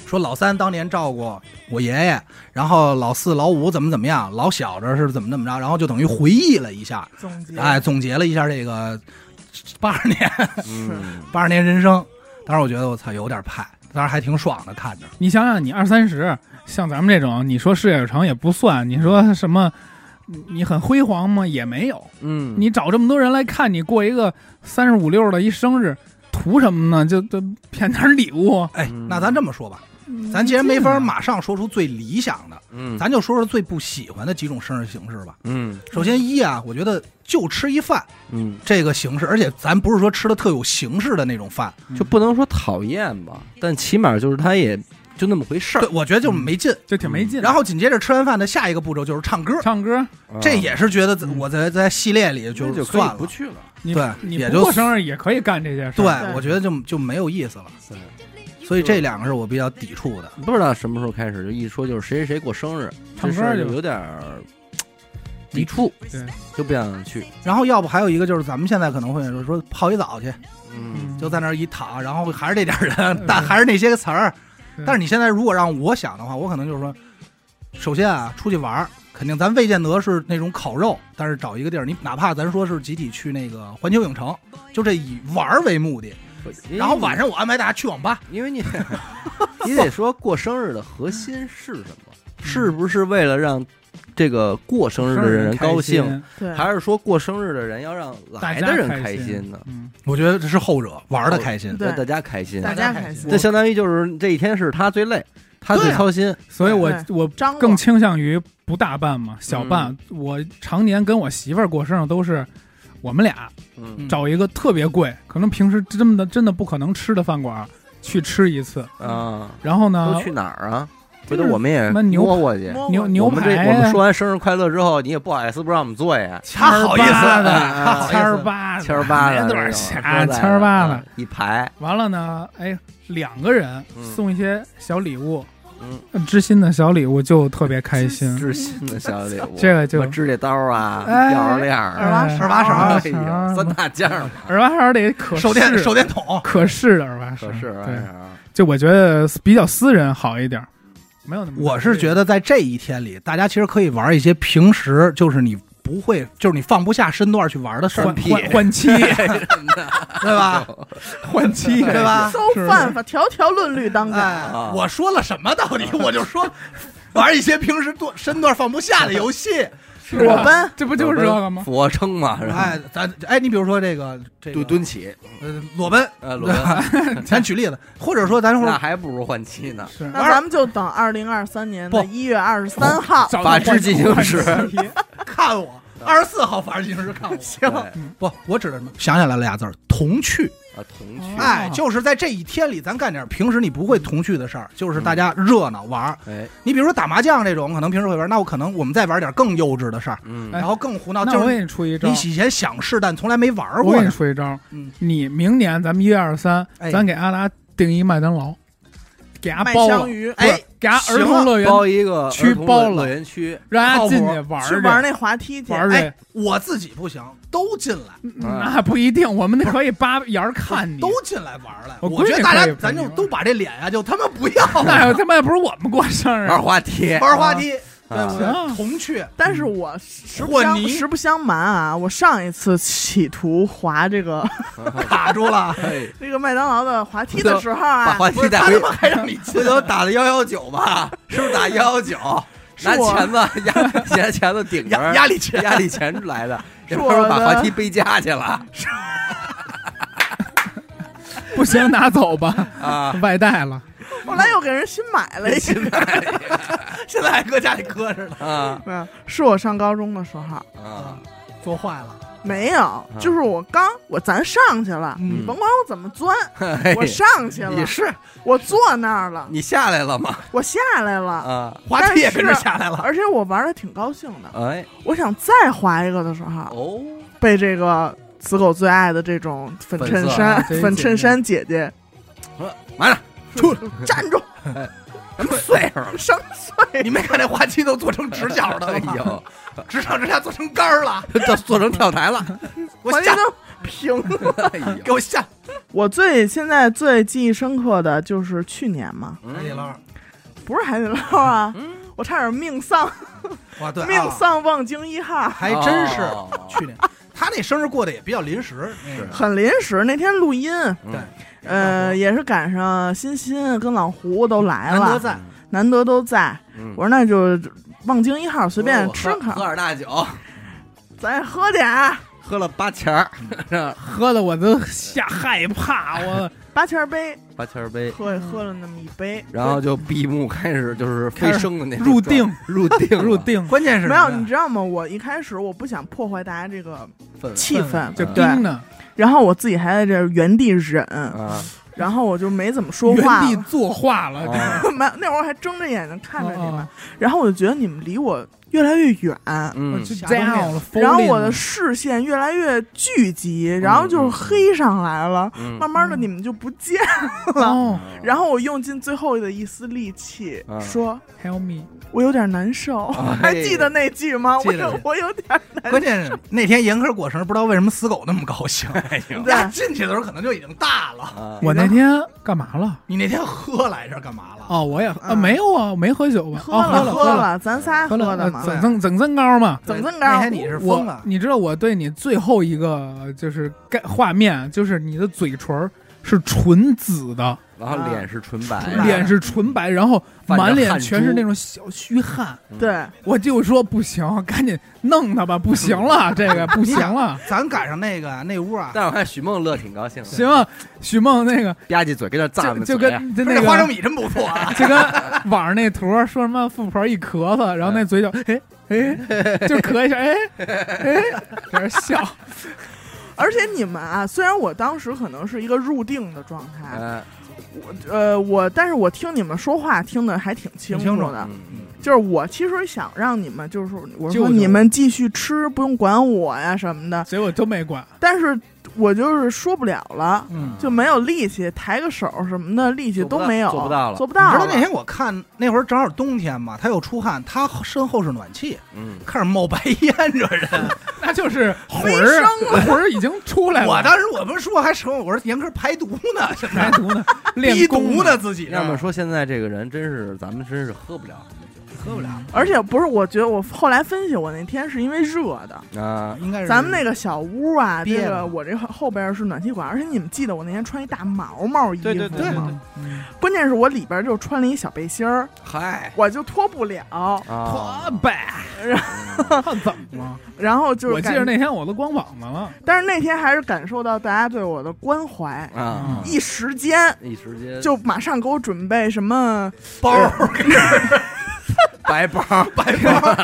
说老三当年照顾我爷爷，然后老四、老五怎么怎么样，老小的是怎么怎么着，然后就等于回忆了一下，总结哎，总结了一下这个八十年嗯，八十年人生，当时我觉得我操有点派，当时还挺爽的看着，你想想，你二三十，像咱们这种，你说事业有成也不算，你说什么，你你很辉煌吗？也没有。嗯，你找这么多人来看你过一个三十五六的一生日，图什么呢？就就骗点礼物。哎嗯，那咱这么说吧，嗯咱既然没法马上说出最理想的，嗯，咱就说说最不喜欢的几种生日形式吧。嗯首先一啊，我觉得就吃一饭嗯，这个形式，而且咱不是说吃的特有形式的那种饭，就不能说讨厌吧，但起码就是他也就那么回事对儿，我觉得就没劲。就挺没嗯劲的。然后紧接着吃完饭的下一个步骤就是唱歌，唱歌，这也是觉得嗯我在在系列里啊那就可是算以了不。去了，你对你也不就过生日也可以干这些事对儿。，我觉得就就没有意思了。对所以这两个是我比较抵触的。不知道什么时候开始，就一说就是谁谁谁过生日，唱这事歌儿去就吧有点儿抵触，对，就不想去。然后要不还有一个就是咱们现在可能会说说泡一澡去，嗯，就在那儿一躺，然后还是这点人，嗯但还是那些个词儿。对但是你现在如果让我想的话，我可能就是说，首先啊，出去玩儿，肯定咱未见得是那种烤肉，但是找一个地儿，你哪怕咱说是集体去那个环球影城，就这以玩儿为目的，嗯然后晚上我安排大家去网吧，嗯因为 <laughs> 你你得说过生日的核心是什么？是不是为了让这个过生日的人高兴，，对，还是说过生日的人要让大来家的人开心呢？嗯，我觉得这是后者，玩儿的开心。对让大家开心，大家家开开心心这。相当于就是这一天是他最累，他最对啊操心。所以我对我张罗更倾向于不大办嘛，小办。嗯我常年跟我媳妇儿过生日都是我们俩嗯找一个特别贵，可能平时真的真的不可能吃的饭馆去吃一次。啊，然后都呢，去哪儿啊？嗯就回是头我们也什么牛摸过去。摸牛过牛我们这排我们呀说完生日快乐之后，你也不好意思不让我们做 <laughs> 呀，啊他好意思，千儿八他好的意千啊儿思，八千儿八的的那没多少种钱，啊说在千儿八的嗯。一排，完了呢，哎，两个人嗯送一些小礼物，嗯，知心的小礼物就特别开心。知心的小礼物，嗯这个就什么指甲刀啊，哎吊儿链儿啊耳挖哎勺二八勺哎啊呦啥，三大件儿嘛，耳挖勺得可手电视手电筒，可视的耳挖勺，可是哎玩意对，儿就我觉得比较私人好一点儿，没有那么我是觉得得在这一天里，大家其实可以玩一些平时就是你不会，就是你放不下身段去玩的事儿换，屁 <laughs> 换换妻 <laughs> 对吧？换妻对哎吧？搜是犯法，条条论律当改。哎啊，我说了什么道理？我就 <laughs> 说玩一些平时段身段放不下的游戏。是吧裸奔，这不就是这个吗？俯卧撑嘛， <laughs> 是吧？哎，咱哎，你比如说这个这蹲个蹲起，呃裸 <laughs> 奔，呃，裸奔，咱举例子，或者说咱会那儿还不如换妻 <laughs> 呢。是那咱们就等二零二三年不的一月二十三号。找法到制换进行换时妻 <laughs> 啊 <laughs> 看我二十四号玩进是看我对行啊，不？我指的什么？想起来了俩字儿，童趣。童趣，啊哎，就是在这一天里，咱干点平时你不会童趣的事儿，就是大家热闹玩儿。哎，你比如说打麻将这种，可能平时会玩儿，那我可能我们再玩点更幼稚的事儿，嗯哎然后更胡闹，那就我是给你出一招你，以前想试但从来没玩儿我过给你的。出一招，嗯你明年咱们一月二十三，哎咱给阿达订一麦当劳，给他卖包了香，鱼，不是哎，给他儿童乐园，包一个区儿童包乐了园区，让他进去靠玩儿去去玩那滑梯去。玩儿哎去，我自己不行，都进来，嗯嗯那不一定，我们可以扒眼儿看你。都进来玩儿来。我我闺觉女得大可家以咱就陪你玩都把这脸呀，就他妈不要了，那他妈不是我们过生日，啊玩滑梯， <laughs> 玩滑梯，对啊，不行对？童趣，但是我实不和相泥实不相瞒啊，我上一次企图滑这个卡住了 <laughs> 哎这个麦当劳的滑梯的时候把啊， <laughs> 滑不梯是带他回他，妈 <laughs> 还让你进回，头打的幺幺九吧，是不是打幺幺九？是拿我钳子压拿钳子顶着压压力钱， <laughs> 压力钳来的，是要不然我把的滑梯背家去了不行拿走吧，啊！ <laughs> 外带了。后来又给人新买了一个。现在还搁家里搁着呢， <laughs> 啊没有，是我上高中的时候，啊，做坏 <laughs> 了，没有，就是我刚我咱上去了，嗯你 <laughs> 甭管我怎么钻，我上去也了，是我坐那儿了，哎你下来了吗？我下来了，啊，滑但梯也是跟着下来了，而且我玩的挺高兴的。哎，我想再滑一个的时候，哦，被这个死狗最爱的这种粉粉衬色衫啊这粉姐衬姐衫姐姐完了，出站 <laughs> 住，什么 <laughs> 岁数了？什么岁你没看那滑梯都做成直角的了吗哎？呦，直上直下做成杆儿了，这做成跳台了，我环境下都平了。哎呦给我下， <laughs> 我最现在最记忆深刻的就是去年嘛，海底捞，不是海底捞啊，嗯我差点命丧哇对，命啊，丧望京一号，还真是哦去年 <laughs> 他那生日过得也比较临时，那个很临时。那天录音，对，呃，也是赶上欣欣跟老胡都来难得了，在，难得都在。嗯我说那就望京一号随便我吃喝喝口，点大酒，咱也喝点啊儿喝了八钱儿，喝的我都吓害怕， <laughs> 我八千儿杯， <laughs> 八钱儿杯，喝喝了那么一杯。然后就闭幕开始就是飞升的那种入定入 <laughs> 定入定关键是没什有，么呀你知道吗？我一开始我不想破坏大家这个氛围气氛嗯，就对，盯着然后我自己还在这儿原地忍，啊，然后我就没怎么说话原地了。作画了，啊没有，那会儿还睁着眼睛看着你们，哦然后我就觉得你们离我越来越远， <laughs> 嗯我就下 down 东了，然后 falling 我了的视线越来越聚集，然后就是黑上来了，嗯慢慢的嗯你们就不见。哦然后我用尽最后的一丝力气、嗯说，Help me，：“ 我有点难受。啊 <laughs> 哎还记得那句吗？记我得有我有点难受关。键是那天严科过生日，不知道为什么死狗那么高兴。哎 <laughs> 呦对家进去的时候可能就已经大了。啊，我那天干嘛了？你那天喝来着干嘛了？哦，我也啊嗯没有啊，我没喝酒吧？哦了了喝了了，咱仨喝的了，嘛呃。整增整增高嘛。对整这么高那天你是我疯了，你知道我对你最后一个就是概画面，就是你的嘴唇儿是纯紫的，然后脸是纯白啊的，脸是纯白，然后泛着满脸汗珠全是那种小虚汗。对，我就说不行，赶紧弄他吧，不行了，这个不行 <laughs> 了。咱赶上那个那屋啊，但是我看许梦乐挺高兴的，行啊，许梦那个吧唧嘴跟那咂就巴就嘴，啊跟就不是那 <laughs> 花生个。米真不错 <laughs> 啊 <laughs> 就跟网上那图儿说什么富婆一咳嗽，然后那嘴角哎哎就咳一下哎哎，在那笑。而且你们啊，虽然我当时可能是一个入定的状态，嗯我呃我，但是我听你们说话听得还挺清挺清楚楚的。嗯就是我其实想让你们，就是我救说救你们继续吃，不用管我呀什么的，结果都没管。但是我就是说不了了，嗯就没有力气，抬个手什么的力气做不都到没有，做不到了做不你到知道那了。天我看那会儿正好冬天嘛，他又出汗，他身后是暖气，嗯，开始冒白烟，这人。那就是魂飞儿，魂儿已经出来了。我当时我们说还什么，我说严科排毒呢，现在排毒 <laughs> 呢，逼练功毒呢，自己。要么说现在这个人真是，咱们真是喝不了喝不了，而且不是，我觉得我后来分析，我那天是因为热的。啊，应该是咱们那个小屋啊，这憋嗯个了我这后后边是暖气管，而且你们记得我那天穿一大毛毛衣服吗？对对对 <laughs> 嗯。嗯关键是我里边就穿了一小背心儿，嗨我就脱不了，啊脱，呗，怎么了？然后就是我记感得那天我都光膀子了，但是那天还是感受到大家对我的关怀，啊，一时间一时间就马上给我准备什么包 <laughs> 儿，白包白包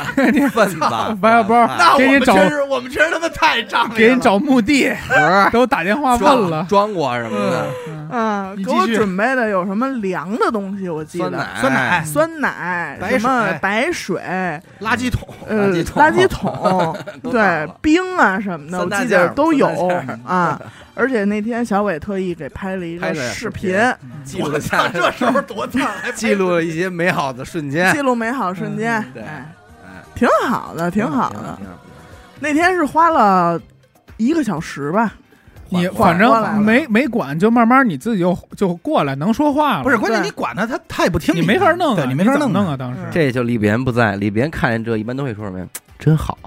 份吧，白包饭那我给你们找真是我们真是他妈太仗义了。给人找墓地，盒给我打电话问了。装过什么的，嗯嗯，你给继我续准备的有什么凉的东西？我记酸得奶酸奶、酸奶、白水什么白水、垃圾桶，呃垃圾桶垃圾桶 <laughs> 都到对了冰啊什么的，三我大记件得儿都三有大件儿 <laughs> 啊。而且那天小伟特意给拍了一拍个了视视频频， <laughs> 记录我操，下这时候多脏，还拍记录了一些美好的瞬间记，录美好瞬间嗯，对哎，哎挺好的，挺啊好的。挺好。那天是花了一个小时吧，你缓反过来了正没没管，就慢慢你自己就就过来，能说话了。不是，关键对你管他，他他也不听你没法弄啊，对你没法怎么弄弄啊。当时嗯这就李别不在，李别看见这一般都会说什么呀？真好，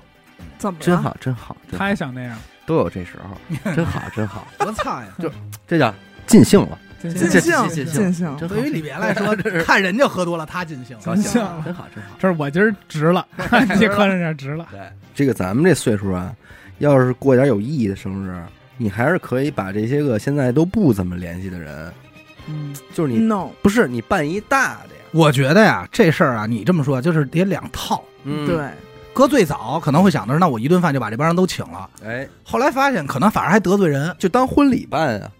怎么真了？好，真好，真他好也想那样，都有这时候，真好，真好，多啊操 <laughs> 呀！这叫尽兴了，尽尽这兴，这这尽兴。真好对，于李别来 <laughs> 说，这是看人家喝多了，他尽兴。高尽兴兴了，了真好，真 <laughs> 好。这是我今儿值了，这客人这值了。对，这个咱们这岁数啊，要是过点有意义的生日，你还是可以把这些个现在都不怎么联系的人，嗯，就是你 no，不是你办一大的呀，我觉得呀，这事儿啊，你这么说就是得两套。嗯，对，哥最早可能会想的是，那我一顿饭就把这帮人都请了。哎，后来发现，可能反而还得罪人。就当婚礼办啊，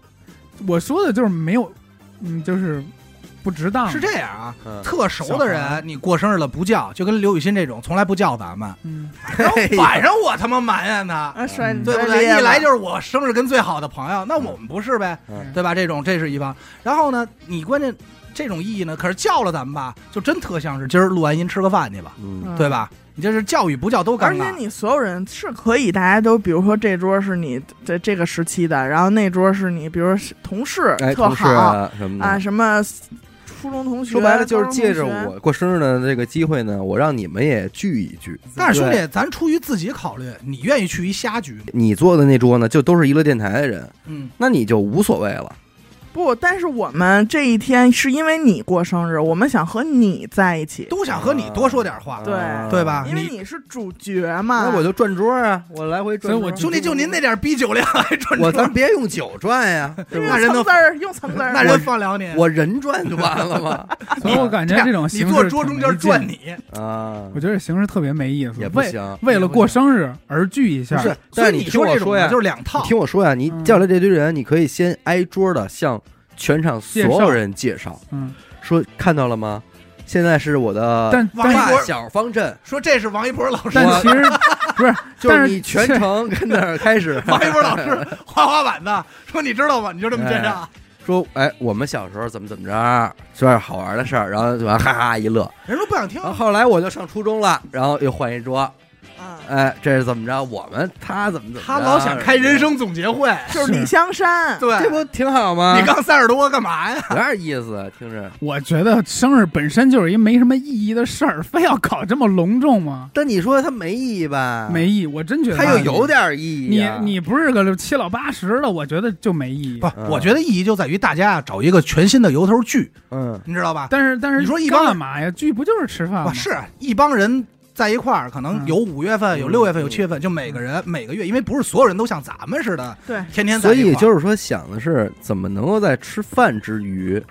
我说的就是没有，嗯，就是不值当，是这样啊， <laughs> 嗯，特熟的小孩儿人，你过生日了不叫，就跟刘雨欣这种从来不叫咱 <laughs> 们，嗯，然哎后晚上我他妈埋怨他，啊，摔嗯对摔不对？裂一来了就是我生日跟最好的朋友，那我们不是呗，嗯对吧？这种这是一方。然后呢，你关键这种意义呢，可是叫了咱们吧，就真特像是今儿录完音吃个饭去吧，嗯，嗯对吧？你这是叫与不叫都尴而且尬。你所有人是可以，大家都比如说这桌是你这这个时期的，然后那桌是你，比如说是同事哎，特同事好啊什么啊的。什么初中同学，说白了就是高中借着同学，我过生日的这个机会呢，我让你们也聚一聚。但是兄对，弟，咱出于自己考虑，你愿意去一瞎局吗？你坐的那桌呢，就都是娱乐电台的人，嗯，那你就无所谓了。不，但是我们这一天是因为你过生日，我们想和你在一起，都想和你多说点嗯话，对对吧因为你是主角嘛。啊那我就转桌啊，我来回转所以我桌。兄弟，就您那点逼酒量还转我转咱别用酒转呀，对吧那用人都蹭字儿，用蹭字儿，那人放辽宁，我人转就完了 <laughs> 吗？所以我感觉这种啊你形式坐桌中间转你，你，啊我，觉得形式特别没意思，也不为行。为了过生日而聚一不下，是，但所是以你听说我这种说的呀，就是两你套。听我说呀，你嗯叫来这堆人，你可以先挨桌的向全场所有人介绍，嗯，说看到了吗？现在是我呃的但王一但博发小方阵，说这是王一博老师，但其实不是，就但是是你全程跟那儿开 <laughs> 始王一博老师滑滑板的，说你知道吗？你就这么介绍，说，哎，我们小时候怎么怎么着，说点好玩的事儿，然后就完哈哈一乐。人说不想听然后后来我就上初中了，然后又换一桌，啊，哎，这是怎么着？我们他怎么怎么着？他老想开人，生总结会，就是李香 <laughs> 山，啊 <laughs> 对，这不挺好吗？你刚三十多干嘛呀？有点意思，听着。我觉得生日本身就是一没什么意义的事儿，非要搞这么隆重吗？但你说他没意义啊吧？没意义，我真觉得他又有点意义你啊。你不是个七老八十的，我觉得就没意义。不，嗯我觉得意义就在于大家啊找一个全新的由头聚，嗯，你知道吧？但是但是你说一般干嘛呀？聚不就是吃饭哇，吗？是啊一帮人在一块儿，可能嗯有五月份，有六月份，嗯有七月份，就每个人每个月，因为不是所有人都像咱们似的对，天天在所一块以儿。就是说想的是怎么能够在吃饭之余，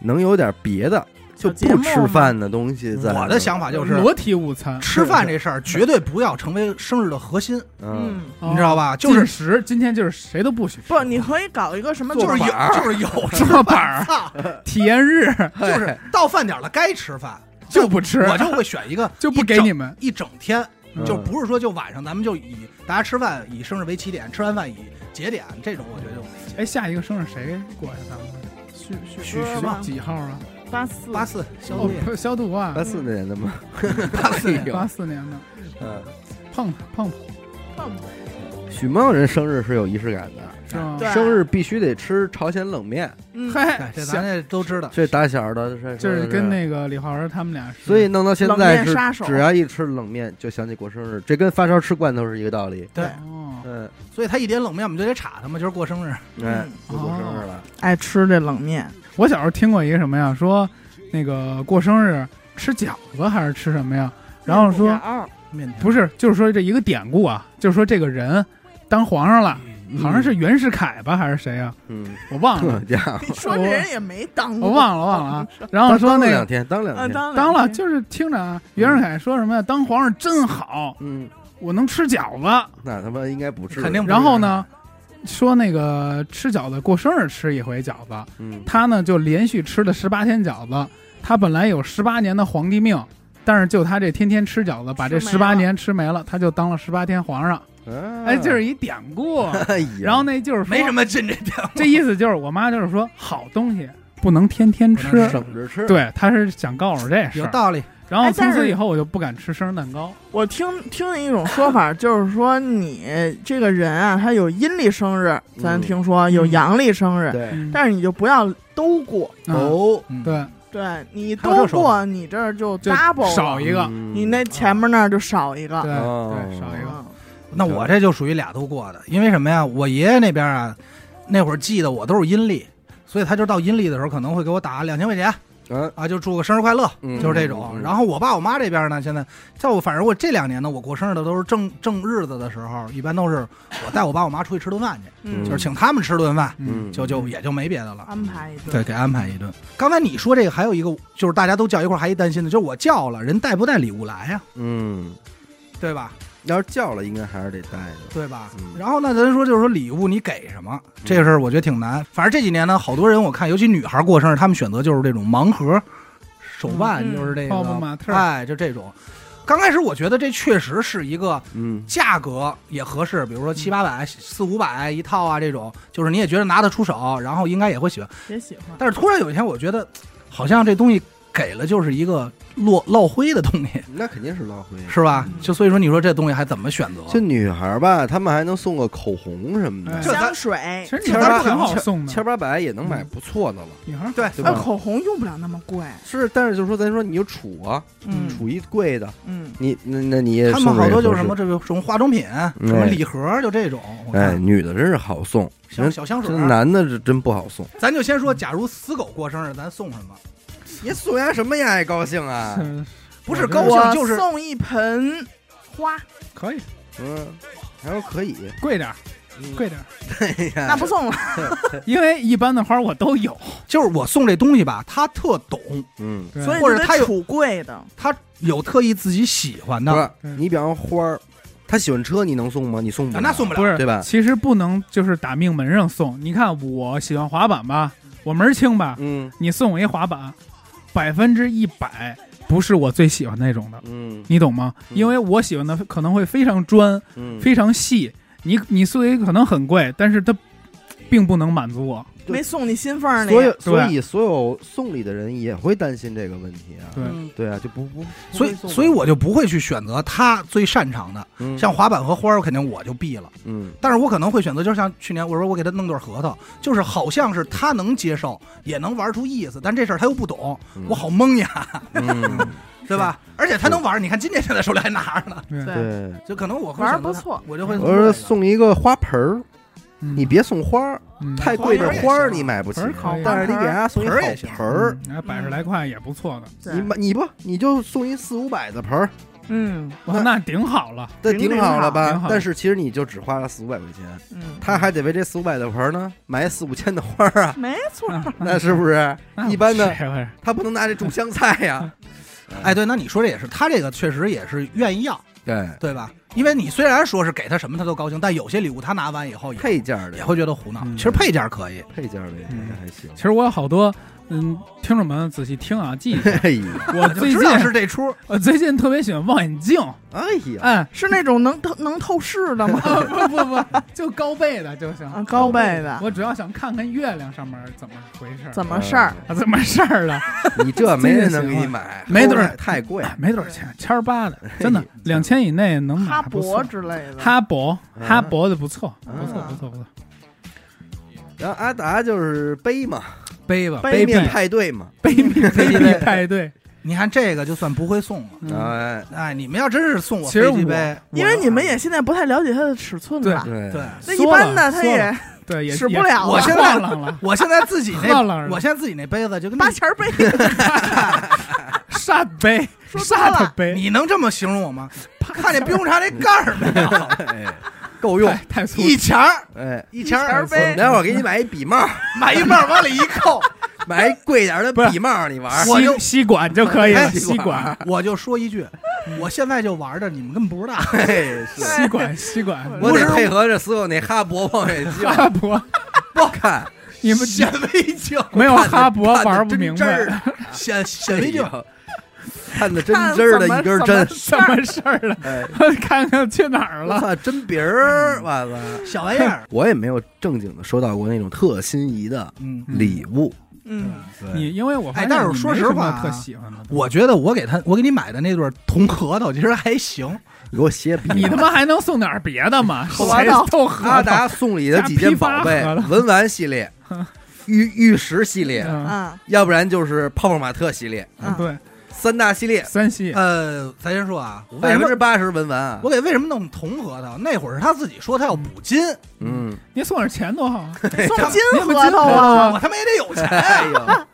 能有点别的就小节不目吃嘛饭的东西在。我的想法啊就是裸体午餐，吃饭这事儿绝对不要成为生日的核心，嗯，嗯，哦你知道吧？就是进食，今天就是谁都不许吃不，你可以搞一个什么，就是有是板儿就是 <laughs> 有做板儿操，体验日就是到饭点了该吃饭，就不吃，我就会选一个 <laughs> 就不一给整你们。一整天，嗯就不是说就晚上咱们就以大家吃饭以生日为起点，吃完饭以节点这种，我觉得就没劲。哎，下一个生日谁过呀？咱们许许许是哥吗吧，几号啊？八四八四 <laughs> 小哦弟，，不消毒啊八，四那年的嘛，八四哎呦八四年的，嗯，碰碰碰许梦人生日是有仪式感的，是吗？对生日必须得吃朝鲜冷面，嗯，嗨哎，这咱行这都知道。这打小的这就是跟。那个李浩文他们俩是，所以弄到现冷在面是杀，手只要一吃冷面就想起过生日，这跟发烧吃罐头是一个道理。对，哦，嗯，所以他一点冷面我们就得查他嘛，今儿过生日，哎嗯，就过生日了，爱吃这冷面，我小时候听过一个什么呀？说那个过生日吃饺子还是吃什么呀？然后说面条儿面条不是，就是说这一个典故啊，就是说这个人当皇上了，哦好像是袁世凯吧，还是谁啊？嗯，我忘了好，家伙，嗯你说这人也没当过，我忘了，忘 <laughs> 了啊。然后说当那两个天，当两嗯啊，天，当当了，就就是听着啊，袁世凯说什么呀？当皇上真好，嗯，我能吃饺子。那他妈应该不嗯至于，肯定不是。然后呢，说那个吃饺子，过生日吃一回饺子，嗯，他呢就连续吃了十八天饺子。他本来有十八年的皇帝命，但是就他这天天吃饺子，把这吃十没八了嗯年吃没了，他就当了十八天皇上。啊哎，这是，一典 <laughs> 故。哎呀，然后那就是说没什么进这点，这意思就是我妈就是说好东西不能天天不能吃，省着吃，，对，她是想告诉我这事有儿。道理。然后哎从但此是以后我就不敢吃生日蛋糕。我听听了一种说法，就是说你这个人啊，他有阴历生日，嗯咱听说有嗯阳历生日，哎对，嗯但是你就不要都过，嗯哦，嗯，对，对你还有这都说法过，你这儿就就 double 少了一个嗯你那前面那儿就少一嗯个对，，哦对，少一个。嗯那我这就属于俩都过的，因为什么呀？我爷爷那边啊，那会儿记得我都是阴历，所以他就到阴历的时候可能会给我打两千块钱，嗯啊，就祝个生日快乐，嗯就是这嗯种。嗯嗯然后我爸我妈这边呢，现在在我反正我这两年呢，我过生日的都是正正日子的时候，一般都是我带我爸我妈出去吃顿饭去，嗯就是请他们吃顿饭，嗯，就就也就没别的了。安排一顿。对，给安排一顿。刚才你说这个还有一个，就是大家都叫一块儿，还一担心的，就是我叫了，人带不带礼物来呀、嗯，对吧？要是叫了，应该还是得带着。对吧？嗯然后呢，咱说就是说礼物你给什么这个事儿，我觉得挺难。反正这几年呢，好多人我看，尤其女孩过生日，她们选择就是这种盲盒、手办，嗯就是这个泡泡玛特哎，就这种。刚开始我觉得这确实是一个嗯价格也合适，比如说七八百、四五百一套啊，这种就是你也觉得拿得出手，然后应该也会喜欢。也喜欢。但是突然有一天，我觉得好像这东西给了就是一个落落灰的东西，那肯定是浪费。是吧嗯？就所以说，你说这东西还怎么选择？就女孩儿吧，她们还能送个口红什么哎的，这香水其，实女千孩八儿挺好送嗯千的，八百也能买不错的了，女孩儿对对那吧？口红用不了那么贵。是，但是就说咱说你就处啊，嗯处一贵的，嗯，你那那你也他们送着好也多就合是什适么这个什么化妆品、什么礼盒，就这种。我哎，看女的真是好送，小小香水这，男的是真不好送。咱就先说，假如死狗过生日，咱送什么？你送人家什么呀？还高兴啊？是不是我高兴我就是送一盆花，可以 <laughs> 嗯，还说可以，贵点儿，贵点儿，哎对呀那不送了。因为一般的花我都有，就是我送这东西吧，他特懂，嗯，对所以或者你得他有储贵的，他有特意自己喜欢不的，是你比方说花儿，他喜欢车，你能送吗？你送不了，啊嗯那送不不了。是嗯对吧其实不能就是打命门上送。你看我喜欢滑板吧，我门儿清吧，嗯你送我一滑板，百分之一百不是我最喜欢那种的，嗯你懂吗？嗯因为我喜欢的可能会非常专， <laughs> 嗯，非常细。你你送的可能很贵，但是它并不能满足我。对没送你心缝儿里。所有所以所有送礼的人也会担心这个问题啊。对嗯对啊，就不不，所以，所以我就不会去选择他最擅长的，以像滑板和花儿，肯定我就避了。嗯但是我可能会选择，就像去年我说我给他弄对核桃，就是好像是他能接受，也能玩出意思，但这事儿他又不懂，嗯我好蒙呀，嗯 <laughs> 对吧？而且他能玩，你看今天现在手里还拿着呢，对对，对。就可能我会玩儿选择不他错我就会我说送送一个花盆儿，嗯你别送花儿，嗯太贵的花儿你买不起盆儿可以，但是你给人家送一好盆儿也行盆儿，嗯哎百十来块也不错的，对你买你不你就送一四五百的盆儿，嗯哇，那顶好 <laughs> 了。这顶挺好了挺吧好？但是其实你就只花了四五百块钱，嗯，他还得为这四五百的盆儿呢买四五千的花儿啊，没错嗯儿。，<laughs> 那是不是？那一般的谁会他不能拿这种香菜呀。哎，对，那你说这也是，他这个确实也是愿意要， <laughs> 对，对吧？因为你虽然说是给他什么他都高兴，但有些礼物他拿完以后也配件儿的也会觉得胡闹。嗯其实配件儿可以，配件儿的也嗯还行 <laughs> 其。实我有好多，嗯，听众朋友仔细听啊， <laughs> 记一下。哎呀，我就最知近道是这出，我最近特别喜欢望远镜，哎呀，哎啊是那种能透能透视的 <laughs> 吗？不不不，就高倍的就行啊，。高倍的，我主要想看看月亮上面怎么回事儿，怎么事儿？啊怎么事儿 <laughs> 了？呃你这没人能给你买，没准儿太贵。哎没多少钱，千儿八的，真的哎呀两千以内能买哈嗯勃不错。之类的。哈勃，嗯哈勃的不错，嗯不错，不错，不错。然后阿达就是杯嘛，杯吧，杯杯面壁，派对嘛，杯壁，杯壁派对。你看这个就算不会送了。嗯哎，哎，你们要真是送我其实飞机我杯，因为你们也现在不太了解它的尺寸吧？对对。那一般的它缩了缩 <laughs> 也对也使不了啊也我现在晃浪了，我现在自己那浪浪人，我现在自己那杯子就跟八钱儿杯，煞杯，说多了 <laughs> 煞杯，你能这么形容我吗？看见冰红茶那盖儿没有？哎够用太。哎太粗一钱儿哎，一钱儿儿呗待会儿给你买一笔帽儿，买一半儿往里一扣，买一贵点儿的不是笔帽儿，你玩儿。我就吸吸管就可以了，哎吸管，我就说 <laughs> 一句，我现在就玩着，你们根本不 <laughs> 知道。嘿，是对吸管，吸管，我不得是配合着所有那哈勃望远镜哈勃，看，你们显微镜，没有哈勃看得玩不真明真白儿，的显显哎微镜，呦看的真真儿的一根针，什么事儿了？哎， <laughs> 看看去哪儿我了？操，真鼻儿，哇塞！小玩意儿。我也没有正经的收到过那种特心仪的 <laughs> 嗯，礼物，嗯，你因为我发哎现但是你说没实什么话啊特喜 <laughs> 欢的，我觉得我给他，我给你买的那对铜核桃其实还行。你给我写笔。你他妈还能送点儿别的吗？核谁桃凑合阿达送礼的几件宝贝加批发，文玩系列、玉玉石系列，嗯，啊，要不然就是泡泡玛特系列，嗯对，三大系列，三系呃，咱先说啊，为百什分么之八十文玩啊我。给为什么弄铜核桃？那会儿是他自己说他要补金，嗯，你送点钱多好啊， <laughs> 送金你们核金桃核啊，桃嗯啊我他妈也得有钱。哎呦，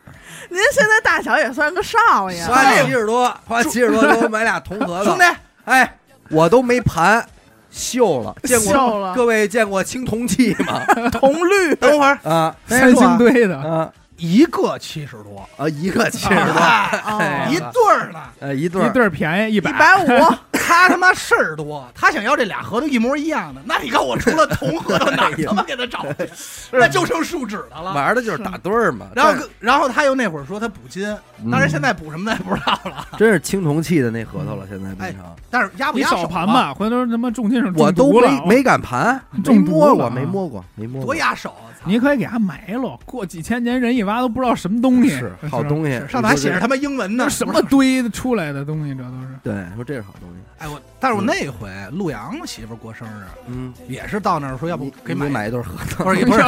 您现在大小也算个少爷，花七十多，花七十多给我买俩铜盒子。兄弟，哎，我都没盘，锈了。 <laughs> 见笑过了各位见过青铜器吗？铜 <laughs> 绿等 <laughs> 会儿啊三星堆的，啊一个七十多，啊！一个七十 <laughs> 多，哎哦一对儿呢。呃，一对一儿对儿便宜一一百五，他他妈事儿多，他想要这俩合同一模一样的，那你看我除了铜 <laughs> 合同，哪儿他妈给他找 <laughs> 去？那就剩树脂的了。玩的就是打对儿嘛。然后真是嗯跟，然后他又那会儿说他补金，当然现在补什么咱也不知道了。真是青铜器的那核桃了，现在变成但是压不你压少手盘啊？吧，回头他妈重金属我中都毒了，没没敢盘，没中毒摸了过，啊没摸过，没摸多过。压手啊！操你可以给它埋了，过几千年人一挖都不知道什么东西，是好东西，上头还写着他。他妈英文呢那。什么堆出来的东西，这都是。 <laughs> 对，说这是好东西。哎我，但是我那回陆阳媳妇儿过生日，嗯，也是到那儿说要不你给你买，买一对儿核桃。不是也不是，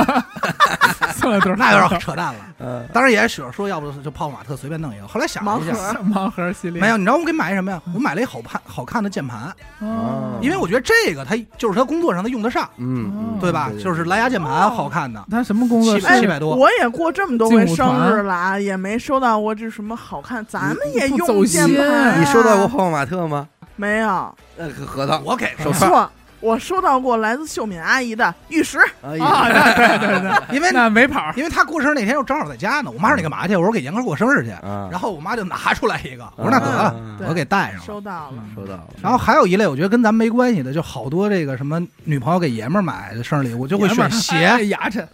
算了，都是那有点扯淡了。 <laughs> 嗯，当时也许说要不就泡泡玛特随便弄一个，后来想了一盲盒下，盲盒系列没有，你知道我给买什么呀？我买了一好看好看的键盘，哦因为我觉得这个它就是他工作上他用得上，嗯，嗯对吧？就是蓝哦牙键盘好看的，他什么工作七室？哎七百多我也过这么多回生日了啊，也没收到过这什么好看，咱们也你不走用心键盘啊。你收到过泡泡玛特吗？没有？那个核桃，我给的手串错，我收到过来自秀敏阿姨的玉石，哎啊，呀，对对对因为对，那没跑儿。因为他过生日那天又正好在家呢，我妈说你干嘛去？我说给严哥过生日去。啊然后我妈就拿出来一个，我说那得了，啊对我给带上了。收到了。收到了。然 <laughs> 后还有一类，我觉得跟咱没关系的，就好多这个什么女朋友给爷们儿买的生日礼物， <laughs> 就会选哎鞋，牙碜，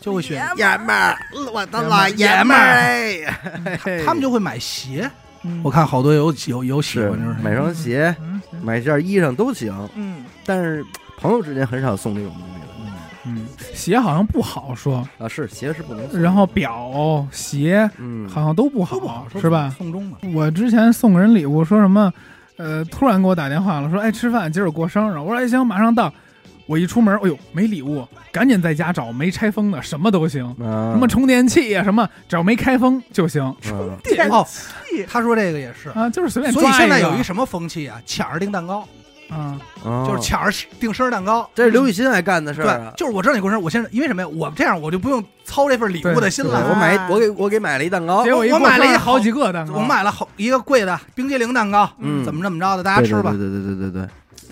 就会选，爷们儿，我的老爷们儿哎， <laughs> 他们就会买鞋。嗯我看好多有有有喜是欢就是买双鞋、嗯，行买件衣裳都行，嗯，但是朋友之间很少送这种东西的嗯，鞋好像不好说，啊。是鞋是不能送，然后表鞋嗯，好像都不都不好好，说是吧？送 <laughs> 终嘛，我之前送人礼物说什么，呃，突然给我打电话了，说哎吃饭，今儿我过生日，我说哎行，马上到。我一出门，哎呦没礼物，赶紧在家找没拆封的，什么都行，啊嗯什么充电器呀、什么只要没开封就行嗯电哦器，他说这个也是，啊，就是随便所抓以现在一个有一什么风气啊，抢着订蛋糕，啊，哦就是抢着订生日蛋糕。这是刘雨欣爱干的事对儿啊，。就是我知道你过生日，我现在因为什么呀？我这样我就不用操这份礼物的心对了。我买我给我给买了一蛋糕结，果一哦我过买了生日一好几个啊蛋糕，我买了好一个贵的冰激凌蛋糕，嗯，怎么怎么着的，大家吃吧对，对对对对对对，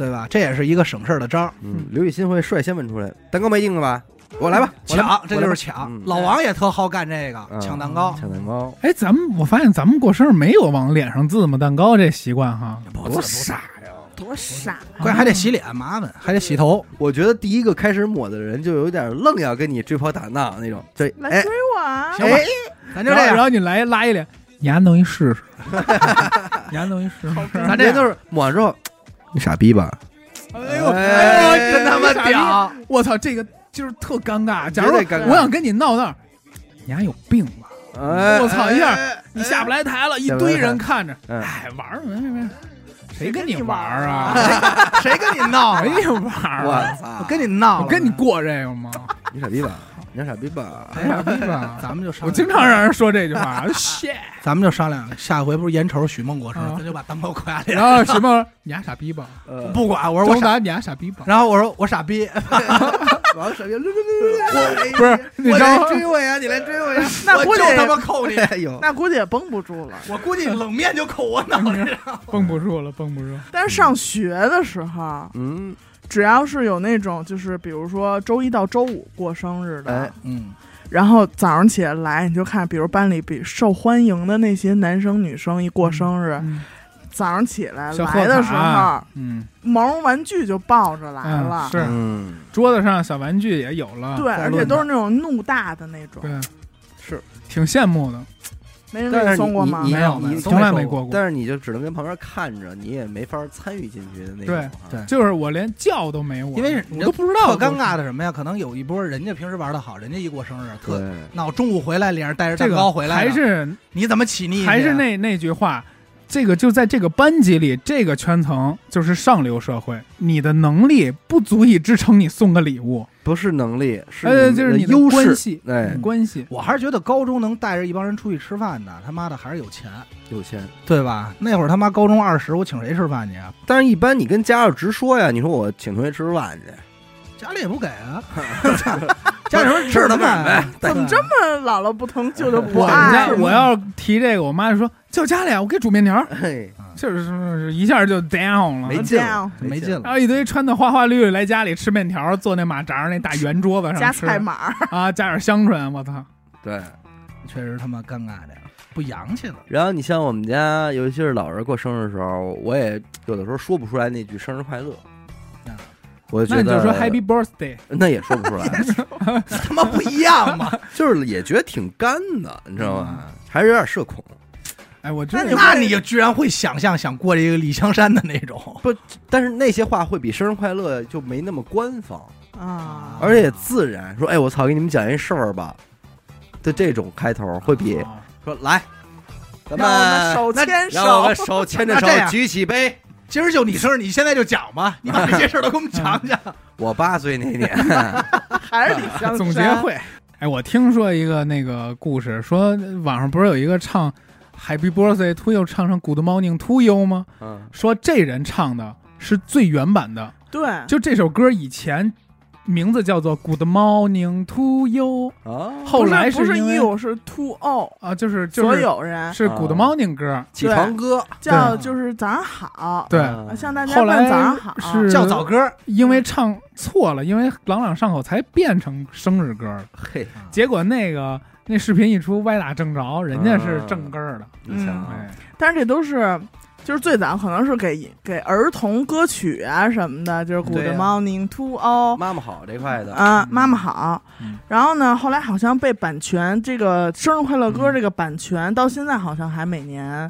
对吧？这也是一个省事儿的招儿，嗯，刘雨欣会率先问出来，蛋糕没订了吧？我来吧，我来吧抢，这就是嗯抢。老王也特好干这个，抢蛋糕。抢蛋糕，哎，咱们我发现咱们过生日没有往脸上字母蛋糕这习惯哈，多傻呀！多傻！关键还得洗脸，麻烦，还得洗头。我觉得第一个开始抹的人就有点愣要跟你追跑打闹那种，这来哎追我啊！行吧哎，咱就这然后然样，后你来拉一脸，你还弄一试 <laughs> 试，你还弄一试试，咱这人都样。是抹完之后，你傻逼吧？哎呦哎哎呦，真他妈傻逼！屌！我操，这个就是特尴尬。假如绝对尴尬我想跟你闹那儿，你还有病吧？哎我操一下哎你下不来台了，一下不来台堆人看着，嗯哎，玩儿没没没，谁跟跟你你玩玩儿儿啊？谁跟你闹啊？谁玩儿啊？我操我！跟你闹哎 <laughs> 我了，跟你过这个 <laughs> 吗？你傻逼吧？你傻逼吧？谁哎 <laughs> 傻逼吧？咱们就商量我经常让人说这句 <laughs> 话，shit。咱们就商量，下回不是眼瞅着许梦过生日，啊咱就把蛋糕快点。然后什么？你丫傻逼吧？呃，不管，我说我周傻，达，你丫傻逼吧？然后我说我傻逼，哎王傻逼，哎我不是，你知道吗追我呀！你来追我呀！那估我计就他妈扣你，哎呦，那估计也绷不住了。我估计冷面就扣我脑袋上。绷不住了，绷不住。但是上学的时候，嗯，只要是有那种就是比如说周一到周五过生日的，哎嗯，然后早上起来来你就看，比如班里比受欢迎的那些男生女生一过生日，嗯早上起来小贺来的时候卡，嗯，毛绒玩具就抱着来了。嗯是嗯，桌子上小玩具也有了，对，在而且论都是那种怒大的那种，对，是，挺羡慕的。没人给但是送过吗？你没有，你没从来没过过。但是你就只能跟旁边看着，你也没法参与进去的那种对啊。对就是我连叫都没我，因为我都不知道特尴尬的什么呀？可能有一波人家平时玩的好，人家一过生日特对，闹，中午回来脸上带着这蛋个糕回来的，还是你怎么起腻去？还是那那句话。这个就在这个班级里，这个圈层就是上流社会，你的能力不足以支撑你送个礼物，不是能力，是呃，你就是的你的优关势，系，嗯哎你的关系。我还是觉得高中能带着一帮人出去吃饭的，他妈的还是有钱，有钱。对吧？那会儿他妈高中二十，我请谁吃饭去啊？但是，一般你跟家长直说呀，你说我请同学吃饭去，家里也不给啊，家里说吃他买买卖，卖，怎么这么姥姥不疼，舅舅不我们爱家？我要提这个，我妈就说就家里啊，我给煮面条儿，嘿，就是一下就 down 了没。这劲样了，没劲劲了。然了？后一堆穿的花花绿绿来家里吃面条儿，坐那马扎儿那大圆桌子加上吃菜码 <laughs> 儿，啊，加点香椿，我操！对，确实他妈尴尬点，不洋气了。然后你像我们家，尤其是老人过生日的时候，我也有的时候说不出来那句生日快乐，我那觉你就得说 Happy Birthday，那也说不出来，他妈不一样嘛！就是也觉得挺干的，你知道吧？还是有点社恐。哎，我那真你是那你就居然会想象想过这个李香山的那种，但是那些话会比生日快乐就没那么官方，啊，而且自然。说，哎，我操，给你们讲一事儿吧，就这种开头会比啊说来，咱让我们们手牵让我手们，手牵着手那这样举起杯。今儿就你生日，你现在就讲吧， <laughs> 你把这些事儿都给我们讲 <laughs> 讲。我八岁那年， <laughs> 还是李香山总结会。哎，我听说一个那个故事，说网上不是有一个唱 Happy Birthday to you 唱成 Good Morning to you 吗？嗯，说这人唱的是最原版的，对，就这首歌以前名字叫做 Good Morning to you，哦，后来不是因不为是 you 是 to all，啊，就是就所是有人是 Good Morning 歌，起床歌，叫就是早上好，对。嗯向大家后来问早上好，是叫早歌，因为唱错了，因为朗朗上口才变成生日歌了。嘿，结果那个那视频一出，歪打正着，人家是正根儿的。嗯你想啊，哎，但是这都是。就是最早可能是给给儿童歌曲啊什么的，就是 Good 对呀 Morning to all，妈妈好这块的，啊，妈妈好嗯。然后呢，后来好像被版权这个生日快乐歌嗯这个版权，到现在好像还每年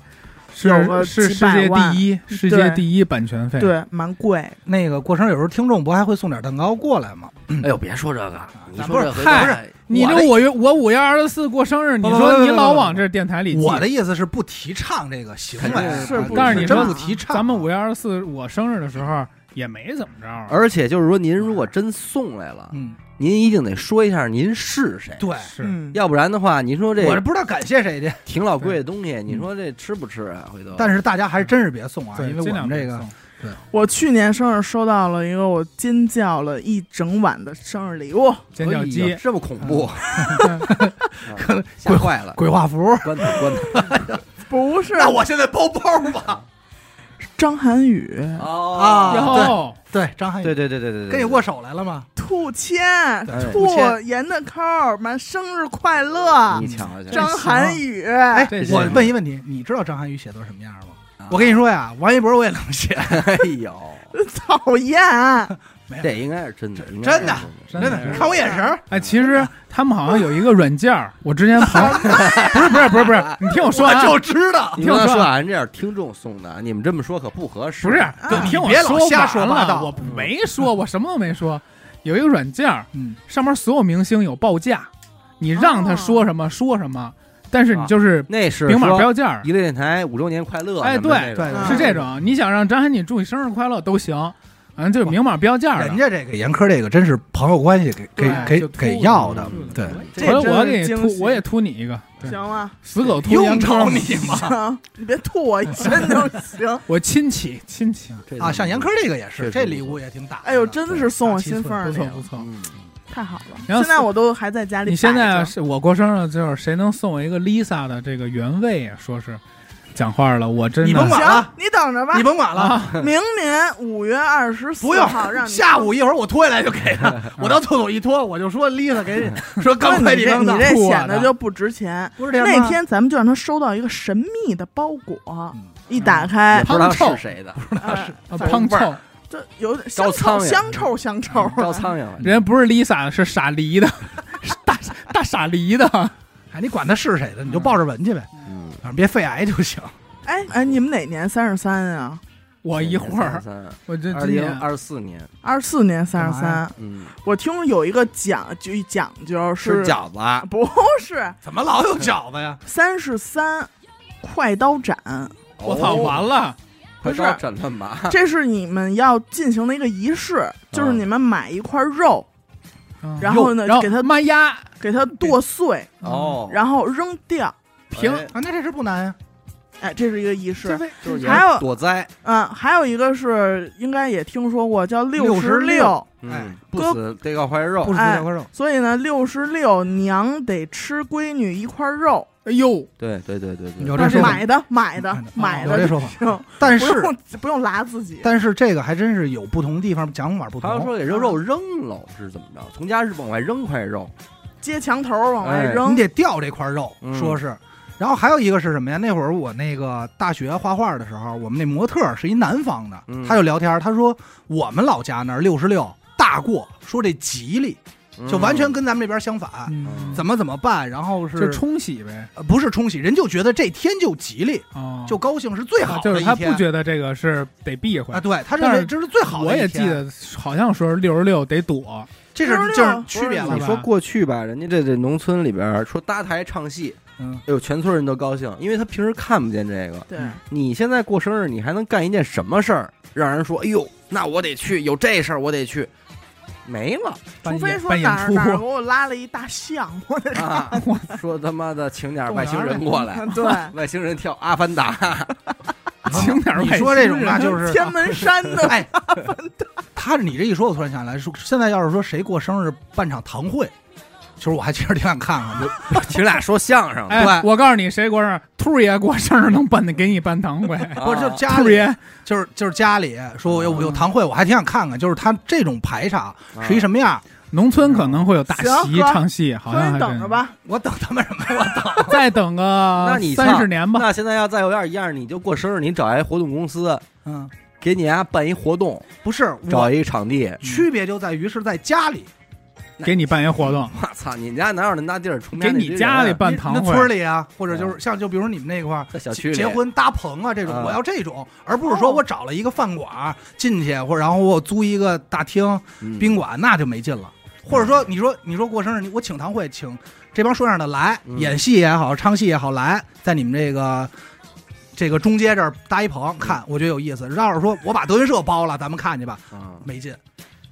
有是个是几世百界万第一，世界第一版权费。，对蛮贵。那个过生日有时候听众不还会送点蛋糕过来 <laughs> 吗？哎呦，别说这个，啊你咱说不这是回嗨头是你我的这五月我五月二十四过生日，你不不不说不你不老不往这电台里记我的意思是不提倡这个行为啊，是不但是你真说不提倡。啊咱们五月二十四我生日的时候也没怎么着啊，而且就是说，您如果真送来了，嗯，您一定得说一下您是谁，对，哎是嗯，要不然的话，您说我这哦这不知道感谢谁去，挺老贵的东西，你说这吃不吃啊？回头，但是大家还真是别送啊，对因为尽我量们这个别送我去年生日收到了一个我尖叫了一整晚的生日礼物，尖叫哎鸡呦，这么恐怖，可能吓坏了，嗯鬼画符。关头关头不是我现在包包吧。张涵予、哦啊哟， <laughs> 对，张翰对对对对对对，跟你握手来了吗？兔谦、对兔兔谦严的扣儿，满生日快乐啊你，瞧瞧，张涵予。哎这，是我问一问题，你知道张涵予写作什么样吗啊？我跟你说呀，王一博我也能写，哎呦，讨厌，这应该是真的，应该真的是真真的，你看我眼神儿，哎，其实他们好像有一个软件儿，我之前 <laughs> 朋友不是不是不是不是，你听我说我啊，就知道。你听刚我才说说啊俺这点听众送的，啊你们这么说可不合适。啊不是，你听我别老瞎说完八了，道我没说，我什么都没说。有一个软件儿，嗯，上面所有明星有报价，你让哦他说什么说什么，但是你啊就是那是明码说标价儿，一个电台五周年快乐，哎什么对这种对啊是这种。你想让张涵予祝你生日快乐都行，反正就是明码标价儿人的。家这个严苛这个真是朋友关系给给对给就秃给子要的的嗯，对，这回来我真给是你惊突，喜我也突你一个，对行，吗？死狗突用羊着羔，你吗？行，你别吐我一身就行。我亲戚亲戚，这种啊，像严苛这个也确实是，这不礼错物也挺大。哎呦，真的是送我大七心寸缝儿不里错了，不错。嗯太好了。然后现在我都还在家里摆着。你现啊在啊是我过生日，就是谁能送我一个 Lisa 的这个原味啊？说是讲话了，我真你甭的管行了，你等着吧你。甭管了，明年五月二十四不用号让，你下午一会儿我脱下来就给 <laughs> 他，我到厕所一脱，我就说 Lisa 给你说哥刚才你这刚 <laughs> 你到，这裤显啊得的就不值钱。不是这样那吗天咱们就让他收到一个神秘的包裹，嗯一打也开，不知道是谁的，哎啊反胖正臭，这有点招苍香蝇臭香臭香臭啊，招苍蝇了。人家不是 Lisa 的，是傻梨的，是大大傻梨的。哎，你管他是谁的，你就抱着闻去呗，嗯，反正别肺癌就行。哎哎，你们哪年三十三啊？我一会儿，我这二今零年二四年，二四年三十干嘛三呀。嗯，我听有一个讲究讲究吃是，饺子，啊不是 <laughs> 怎么老有饺子呀？三十三快刀斩。我操，完了，哦快不是到枕了麻，嗯这是你们要进行的一个仪式，就是你们买一块肉，嗯然后呢然后给他妈呀，哎给它剁碎，哦，嗯然后扔掉。平哎啊，那这事不难呀，哎，这是一个仪这式。为就是还有躲灾，嗯，还有一个是应该也听说过叫六十66六，嗯哎，不哥死得搞块肉不，吃哎这块肉，所以呢，六十六娘得吃闺女一块肉，哎呦，对对对对对，哦有这说法，买的买嗯的买哦有这的，说法。就但不是用不用拉自己。但是这个还真是有不同地方讲法不好像同，说给肉肉扔了是怎么着？从家是往外扔块肉，接墙头往外哎扔你，得掉这块肉，嗯说是。然后还有一个是什么呀？那会儿我那个大学画画的时候，我们那模特是一南方的嗯，他就聊天，他说我们老家那儿六十六大过，说这吉利，就完全跟咱们这边相反，嗯啊怎么怎么办？然后是就冲洗呗，呃不是冲喜，人就觉得这天就吉利，啊，就高兴是最好就的是一他不天觉得这个是得避讳啊！。对，他认但为是这是最好的我一也记天，得好像说六十六得躲，这是66就是区别不了是你吧？说过去吧，人家这这农村里边儿说搭台唱戏，嗯，哎呦，全村人都高兴，因为他平时看不见这个。对，嗯你现在过生日，你还能干一件什么事儿，让人说，哎呦，那我得去，有这事儿我得去，没了办除非演说办哪儿演哪儿给出，我拉了一大象，我得 <laughs> 啊！说他妈的，请点外星人动过 <laughs> 来，对，啊外星人跳阿凡达， <laughs> <laughs> 请点儿你外说星这种 <laughs> 那人就是天门山的哎，他你这一说，我突然想起来，说现在要是说谁过生日办场堂会，其实我还其实挺想看 <laughs> 看的。请俩说相声的，哎，对我告诉你，谁过生日，兔儿爷过生日能办的给你办堂会。啊不是，就是家兔儿里，爷就是就是家里说我有我有堂会，我还挺想看看，就是他这种排场啊是一什么样。农村可能会有大行戏哥唱戏，好说像还你真等着，吧，我等他们什么？我等 <laughs> 再等啊那个你三十唱年吧。那现在要再有点一样，你就过生日，你找一活动公司，嗯，给你家办一活动，不是找我一嗯场地。区别就在于是在家里，给你办一活动， <laughs> 我操，你家哪有那么大地儿充？给你家里办堂那会，村里啊，或者就是像就比如你们那块儿在小区里结婚搭棚啊这种啊，哦我要这种，而不是说我找了一个饭馆进去，或者然后我租一个大厅，嗯嗯宾馆那就没劲了。或者说，你说你说过生日，你我请堂会，请这帮说相声的来，嗯演戏也好，唱戏也好，来在你们这个这个中街这儿搭一棚嗯看，我觉得有意思。要是说我把德云社包了，咱们看去吧，啊，没劲。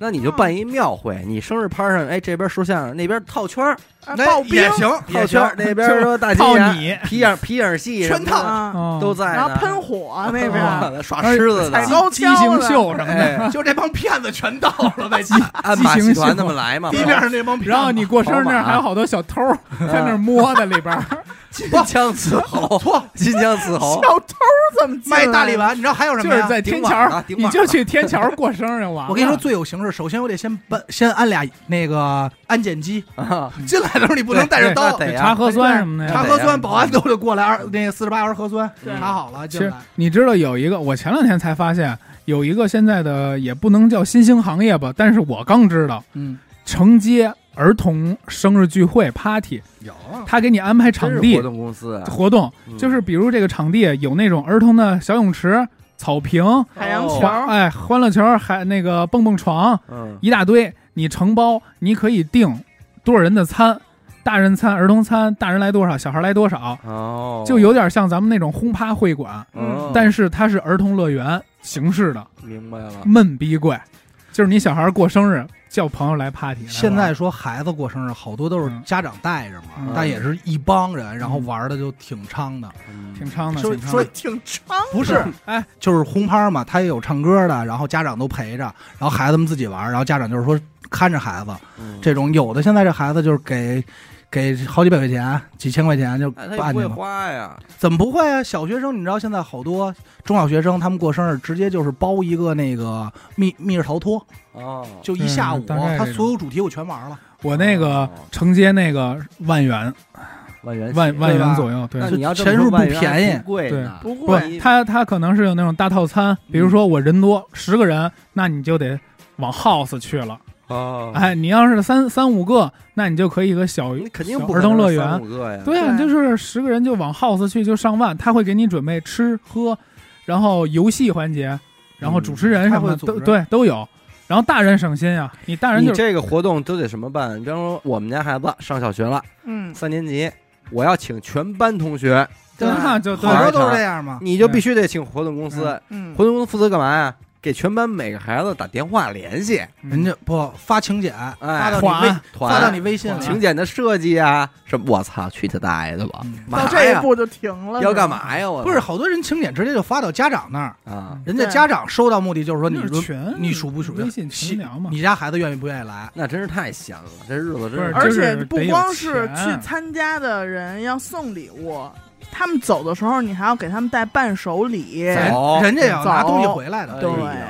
那你就办一庙会，你生日趴上，哎，这边说相声，那边套圈儿，哎啊哎刨冰也行，套也圈行。儿，那边说大金泡牙、你，皮影皮影戏什么的，全套啊，哦都在呢，然后喷火那边，哎边耍狮子踩的，高畸形跷的，秀什么的。哎，就这帮骗子全到了 <laughs> 呗，按畸马戏形团秀他们来嘛，啊地面上那帮骗子。然后你过生日那儿还有好多小偷儿 <laughs> 在那儿摸的里边儿，金枪刺猴，金枪刺猴，小偷怎么进来卖大力？丸，你知道还有什就么是呀？在天桥顶碗儿了，顶碗你了就去天桥儿过生日完了。我跟你说最有形式，首先我得先搬，先安俩那个安检机。啊嗯进来的时候你不能带着对刀那，得查呀，啊核酸什么的呀查核酸，保安都得过来二那个四十八小时核酸，对查好了其进实来。你知道有一个，我前两天才发现有一个现在的也不能叫新兴行业吧，但是我刚知道嗯，承接儿童生日聚会 party，有啊他给你安排真场是地活动公司啊，活动，嗯就是比如这个场地有那种儿童的小泳池、草坪、海洋球哦欢哎欢乐球、还那个蹦蹦床嗯，一大堆，你承包，你可以订多少人的餐，大人餐、儿童餐，大人来多少，小孩来多少，哦，就有点像咱们那种轰趴会馆，哦，但是它是儿童乐园形式的，明白了，闷逼贵，就是你小孩过生日叫朋友来 party 来玩。现在说孩子过生日，好多都是嗯家长带着嘛，嗯但也是一帮人，然后玩的就挺猖的。嗯挺猖的，说挺猖的说挺长，不是， <laughs> 哎，就是轰趴嘛，他也有唱歌的，然后家长都陪着，然后孩子们自己玩，然后家长就是说看着孩子嗯这种。有的现在这孩子就是给。给好几百块钱，几千块钱就哎他也办不去会了，花呀，怎么不会啊？小学生，你知道现在好多中小学生，他们过生日直接就是包一个那个密密室逃脱，哦，就一下午，啊嗯大概他这种所有主题我全玩了。我那哦个承接那个万元万元万起万对吧元左右，对那就你要这么钱说数不万元便还宜挺贵对呢不不贵，，他他可能是有那种大套餐，比如说我人多十个人，那你就得往 house 去了。哦，哎，你要是三三五个，那你就可以一个小你肯定小不儿可童能乐是三园。五个呀，对啊，对就是十个人就往 house 去就上万，他会给你准备吃喝，然后游戏环节，然后主持人什么的他会组都织对都有。然后大人省心啊，你大人你就是这个活动都得什么办？你比方说，我们家孩子上小学了，嗯，三年级，我要请全班同学，对啊就对好多都是这样嘛。你就必须得请活动公司。嗯活动公司负责干嘛呀？给全班每个孩子打电话联系，嗯人家不发请柬，发到你微缓发到团你微信哎请里，柬的设计啊，什么我操，去他大爷的吧！嗯嘛到这一呀步就停嗯了，要是吧干？嘛呀？我不是好多人请柬直接就发到家长那儿，啊，人家对家长收到目的就是说你那是如群你属不属于微信群聊嘛？你家孩子愿意不愿意来？那真是太闲了，这日子真不是而就且是不得有光是钱去参加的人要送礼物，他们走的时候你还要给他们带伴手礼，哎人人家也要拿走东西回来的，哎对呦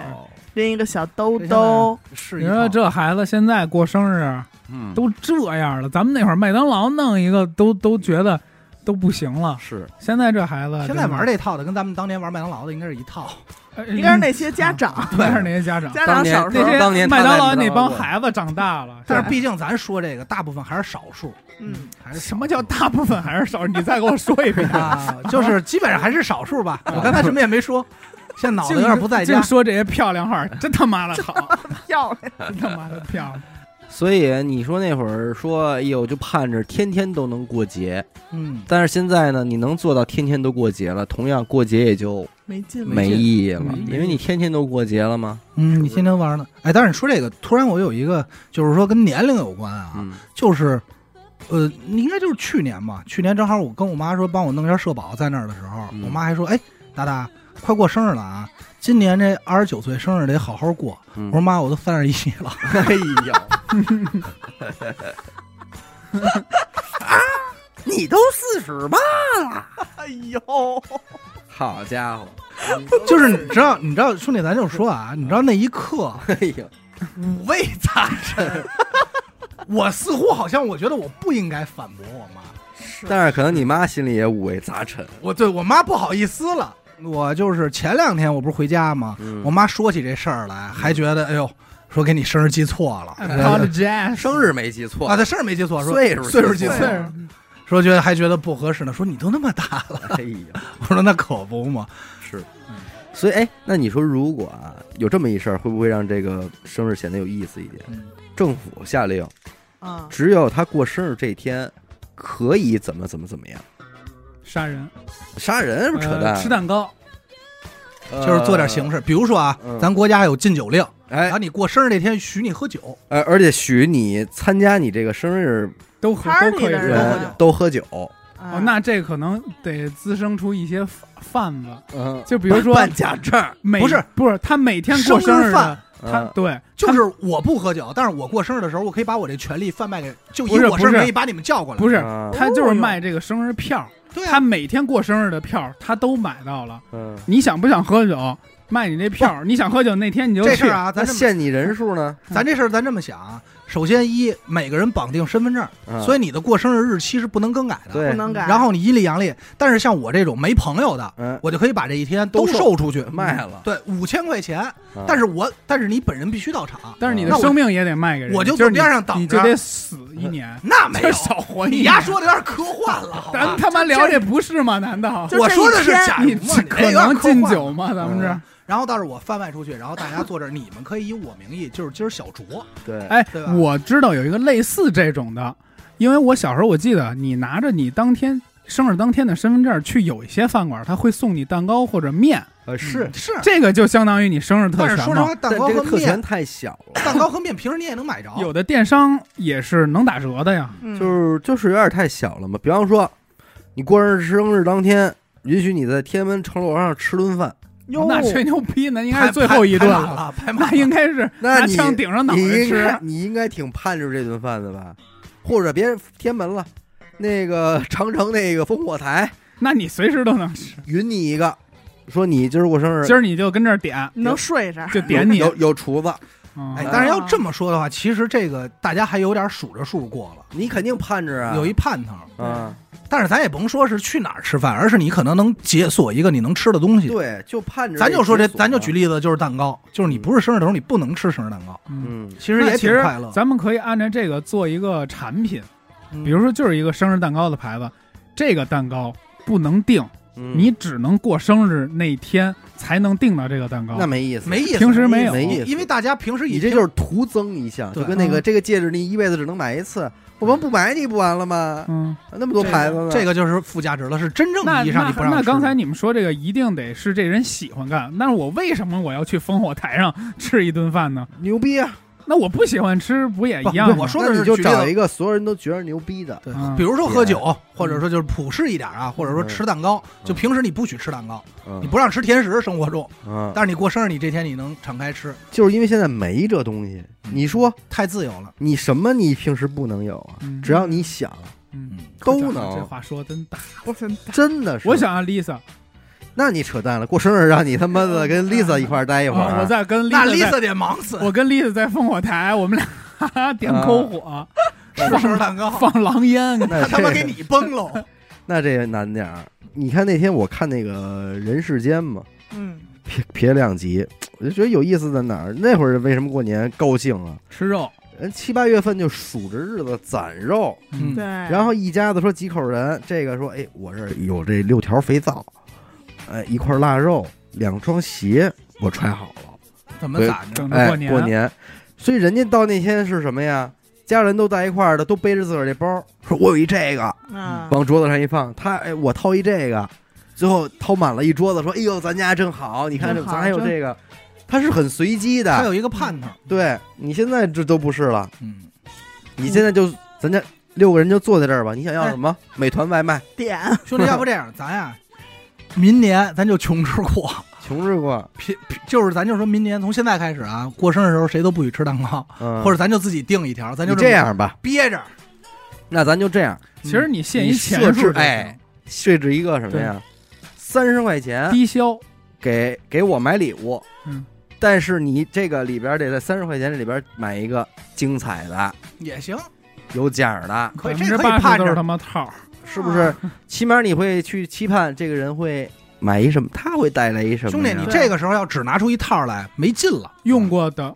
拎一个小兜兜，是你一说套这孩子现在过生日嗯，都这样了，咱们那会儿麦当劳弄一个都都觉得都不行了，是现在这孩子现在玩这套的跟咱们当年玩麦当劳的应该是一套。这应该是那些家长，呃应该是那些家长，家当长年小时那候些，当年他麦当劳在麦当那劳帮过孩子长 <laughs> 大了，但是毕竟咱说这个，大部分还是少数，嗯，还是少数。什么叫大部分还是少？你再给我说一遍啊？就是基本上还是少数吧。我刚才什么也没说，现在脑子有点不在净 <laughs> 家净。说这些漂亮话，真他妈的好，漂亮，真他妈的漂亮。所以你说那会儿说，哎呦，就盼着天天都能过节，嗯，但是现在呢，你能做到天天都过节了，同样过节也就没劲了，没意义了没，劲因为你天天都过节了嘛。嗯，你天天玩呢？哎，但是你说这个，突然我有一个，就是说跟年龄有关啊，嗯就是，呃，你应该就是去年吧？去年正好我跟我妈说帮我弄一下社保，在那儿的时候，嗯我妈还说，哎，达达，快过生日了啊！今年这二十九岁生日得好好过。嗯我说妈，我都三十一了，<laughs> <laughs> 哎呦，你都四十吧？ <laughs> 哎呦，好家伙，就是你知道，你知道，兄弟，咱就说啊，你知道那一刻哎呦，五味杂陈， <laughs> 我似乎好像我觉得我不应该反驳我妈， <laughs> 但是可能你妈心里也五味杂陈。我对我妈不好意思了。我就是前两天我不是回家吗？嗯我妈说起这事儿来，还觉得哎呦，说给你生日记错了， Apologize，生日没记错啊，她生日没记错，说岁数哎岁数记记错错了了，说觉得还觉得不合适呢，说你都那么大 <laughs> 了， <laughs> 哎呀，我说那可不嘛，是。所以，哎，那你说，如果啊有这么一事儿，会不会让这个生日显得有意思一点？嗯政府下令，嗯，只有他过生日这天，可以怎么怎么怎么样，杀人，杀人不扯淡，呃吃蛋糕，呃就是做点啊形。式，比如说啊嗯，咱国家有禁酒令，哎然后，你过生日那天许你喝酒，而而且许你参加你这个生日都喝 Party 都可以的说。人人都喝酒，哦啊哦，那这可能得滋生出一些贩子，嗯，就比如说办假证儿，每不是不是他每天生过生日日饭的，他嗯对就是我不喝酒，但是我过生日的时候，我可以把我这权利贩卖给，就以不是我身份不是可以把你们叫过来。不是啊他就是卖这个生日票，对啊他每天过生日的票他都买到了。嗯，你想不想喝酒？卖你这票，你想喝酒那天你就这去事儿。啊，咱那这么限你人数呢？咱这事儿咱这么想啊，首先一每个人绑定身份证，嗯所以你的过生日日期是不能更改的。对不，能改，然后你阴历阳历，但是像我这种没朋友的，嗯，我就可以把这一天都售售出去，嗯卖了，对，五千块钱。啊但是我但是你本人必须到场，但是你的那我生命也得卖给人，我就就坐是你边上等着，你就得死一嗯年 <laughs> 那没就有。少活一你年。丫说的有点科幻了，好吧咱们他妈聊这不是吗？难道就我这说一的是天假你如嘛，这可有点能科禁幻啊酒吗？咱们这嗯然后到时候我贩卖出去，然后大家坐这儿，你们可以以我名义，就是今儿小酌，对，哎对吧，我知道有一个类似这种的，因为我小时候我记得，你拿着你当天生日当天的身份证去有一些饭馆，他会送你蛋糕或者面，呃是，是。这个就相当于你生日特嗯但是权说实嘛。话，蛋但糕这和个特 <laughs> 面权，太小了，蛋糕和面平时你也能买着。 <laughs> 有的电商也是能打折的呀，嗯就是就是有点太小了嘛。比方说，你过生日生日当天，允许你在天安门城楼上吃顿饭，哟，哦那吹牛逼呢，那应该拍是最后一顿拍满了，了，拍满那了应该是那拿你枪顶上脑袋你应吃啊该。你应该挺盼着这顿饭的吧？或者别人天安门了，那个长城那个烽火台那你随时都能吃。允你一个，说你今儿过生日今儿你就跟这儿点，能睡着，就有点你。有有厨子，嗯哎，但是要这么说的话，其实这个大家还有点数着数过了，你肯定盼着啊，有一盼头。啊，但是咱也甭说是去哪儿吃饭，而是你可能能解锁一个你能吃的东西。对，就盼着。咱就说这，咱就举，例子，就是蛋糕，就是你不是生日的时候你不能吃生日蛋糕，嗯嗯，其实那也其挺实快乐。咱们可以按照这个做一个产品，嗯比如说就是一个生日蛋糕的牌子，这个蛋糕不能定，嗯你只能过生日那天才能订到这个蛋糕那。没意思，没意思，平时没有没意因思因为大家平时已你这经就是徒增一项，对就跟那个嗯这个戒指你一辈子只能买一次，我们不买你不完了吗？嗯，那么多牌子呢，这个就是附加值了，是真正那意义上那你不让那吃刚才你们说这个一定得是这人喜欢干，那我为什么我要去烽火台上 <laughs> 吃一顿饭呢？牛逼啊！那我不喜欢吃不也一样吗？啊不我说的那是你就举例找子一个所有人都觉得牛逼的，对嗯，比如说喝酒，或者说就是普世一点啊，或者说吃蛋糕，嗯就平时你不许吃蛋糕，嗯你不让吃甜食，生活中，嗯，但是你过生日，你这天你能敞开吃，就是因为现在没这东西，嗯你说太自由了。你什么你平时不能有啊？嗯只要你想，嗯，都能这话说真大。我真大真的是我，想啊，Lisa，那你扯淡了。过生日让你他妈的跟 Lisa 一块儿待一会啊儿，我在跟那 Lisa， Lisa 得忙死在，我跟 Lisa 在烽火台，我们俩 <laughs> 点篝火，吃不吃蛋糕，放狼烟，那他他妈这给你崩喽！ <laughs> 那这也难点儿。你看那天我看那个《人世间》嘛，嗯，撇撇两集，我就觉得有意思在哪儿？那会儿为什么过年高兴啊？吃肉，人七八月份就数着日子攒肉，嗯对。，然后一家子说几口人，这个说，哎，我这儿有这六条肥皂，哎，一块腊肉，两双鞋，我揣好了，怎么攒着等？着哎，过过年，年。所以人家到那天是什么呀？家人都在一块儿的，都背着自个儿这包，说我有一这个，啊，往桌子上一放，他哎，我掏一这个，最后掏满了一桌子，说，哎呦，咱家真好，你看这真好咱还有真这个，他是很随机他的。有一个盼头，对你现在这都不是了，嗯，你现在就咱家六个人就坐在这儿吧，你想要什么？美团外卖，点兄弟，要不这 <laughs> 样，咱呀，明年咱就穷吃过，穷吃过，平平就是咱就说明年从现在开始啊，过生日的时候谁都不许吃蛋糕，嗯，或者咱就自己定一条，咱就你么这样吧，憋着。那咱就这样，其实你限你一设钱数置就行哎，设置一个什么呀？三十块啊钱低消，给给我买礼物，嗯，但是你这个里边得在三十块钱这里边买一个精彩的、也行，有奖的，可以，百这分之可以八十盼都是着他。妈套儿，是不是？起码你会去期盼这个人会买一什么，他会带来一什么呀？兄弟，你对这个时候要只拿出一套来，没劲了，用过的，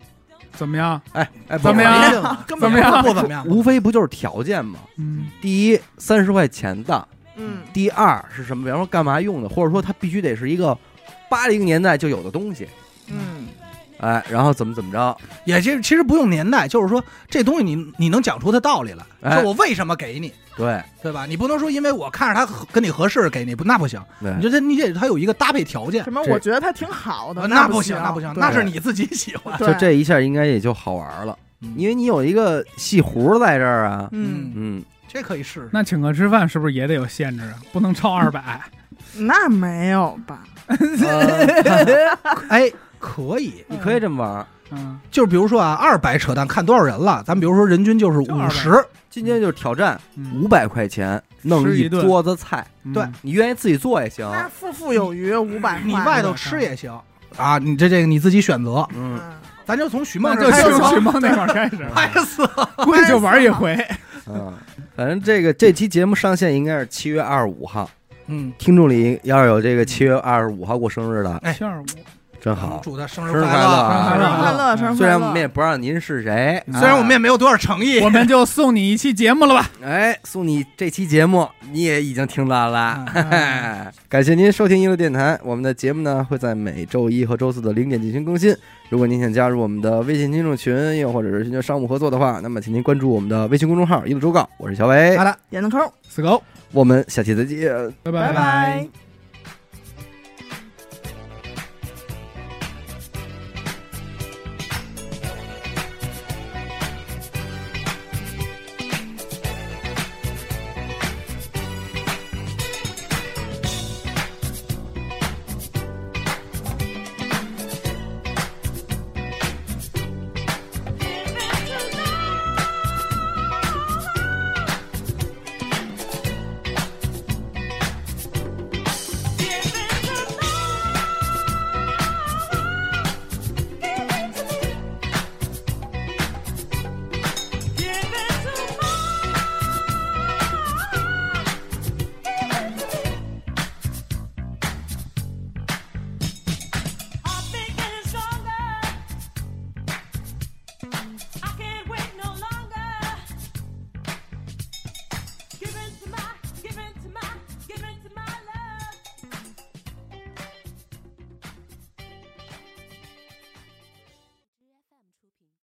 怎么样？哎哎，不怎么样没劲了，根本 <laughs> 怎么样不怎么样。无非不就是条件吗？嗯，第一，三十块钱的；嗯，第二是什么？比方说干嘛用的，或者说它必须得是一个八零年代就有的东西，嗯，哎，然后怎么怎么着，也其实其实不用年代，就是说这东西你你能讲出它道理来，哎说我为什么给你，对，对吧？你不能说因为我看着它合跟你合适给你，不那不行。对你觉得你得它有一个搭配条件什，么？这我觉得他挺好的，呃那不行，那不行，对那是你自己喜欢。就对，这一下应该也就好玩了，因为为你有一个戏胡在这儿啊，嗯，嗯，这可以试试，那请客吃饭是不是也得有限制啊？不能超二百。那没有吧？嗯哎，可以。呃你可以这么玩儿。嗯，就是比如说啊，二百扯淡，看多少人了。咱比如说人均就是就五十，今天就是挑战嗯五百块钱弄吃一顿桌子菜，嗯对你愿意自己做也行，那富富有余，五百块，你外头吃也行啊。你这这个你自己选择， <laughs> 嗯，嗯，咱就从许梦那这就开始从吧寻梦那块儿 <laughs> 开始，拍死。估计就玩一回。嗯，反正这个这期节目上线应该是七月二十五号，嗯，听众里要是有这个七月二十五号过生日的，哎七二五，真好。祝他生日生日快快乐啊生生日日快快乐！嗯嗯乐，生日快乐。虽然我们也不知道您是谁，虽然我们也没有多少诚意，我们就送你一期节目了 <laughs> 吧？也哎送你这期节目，你也已经听到了。嗯 <laughs> 感谢您收听一路电台，我们的节目呢会在每周一和周四的零点进行更新。如果您想加入我们的微信听众群，又或者是寻求商务合作的话，那么请您关注我们的微信公众号“一路周告”，我是小伟好，的眼子抠，死狗，我们下期再见。拜拜。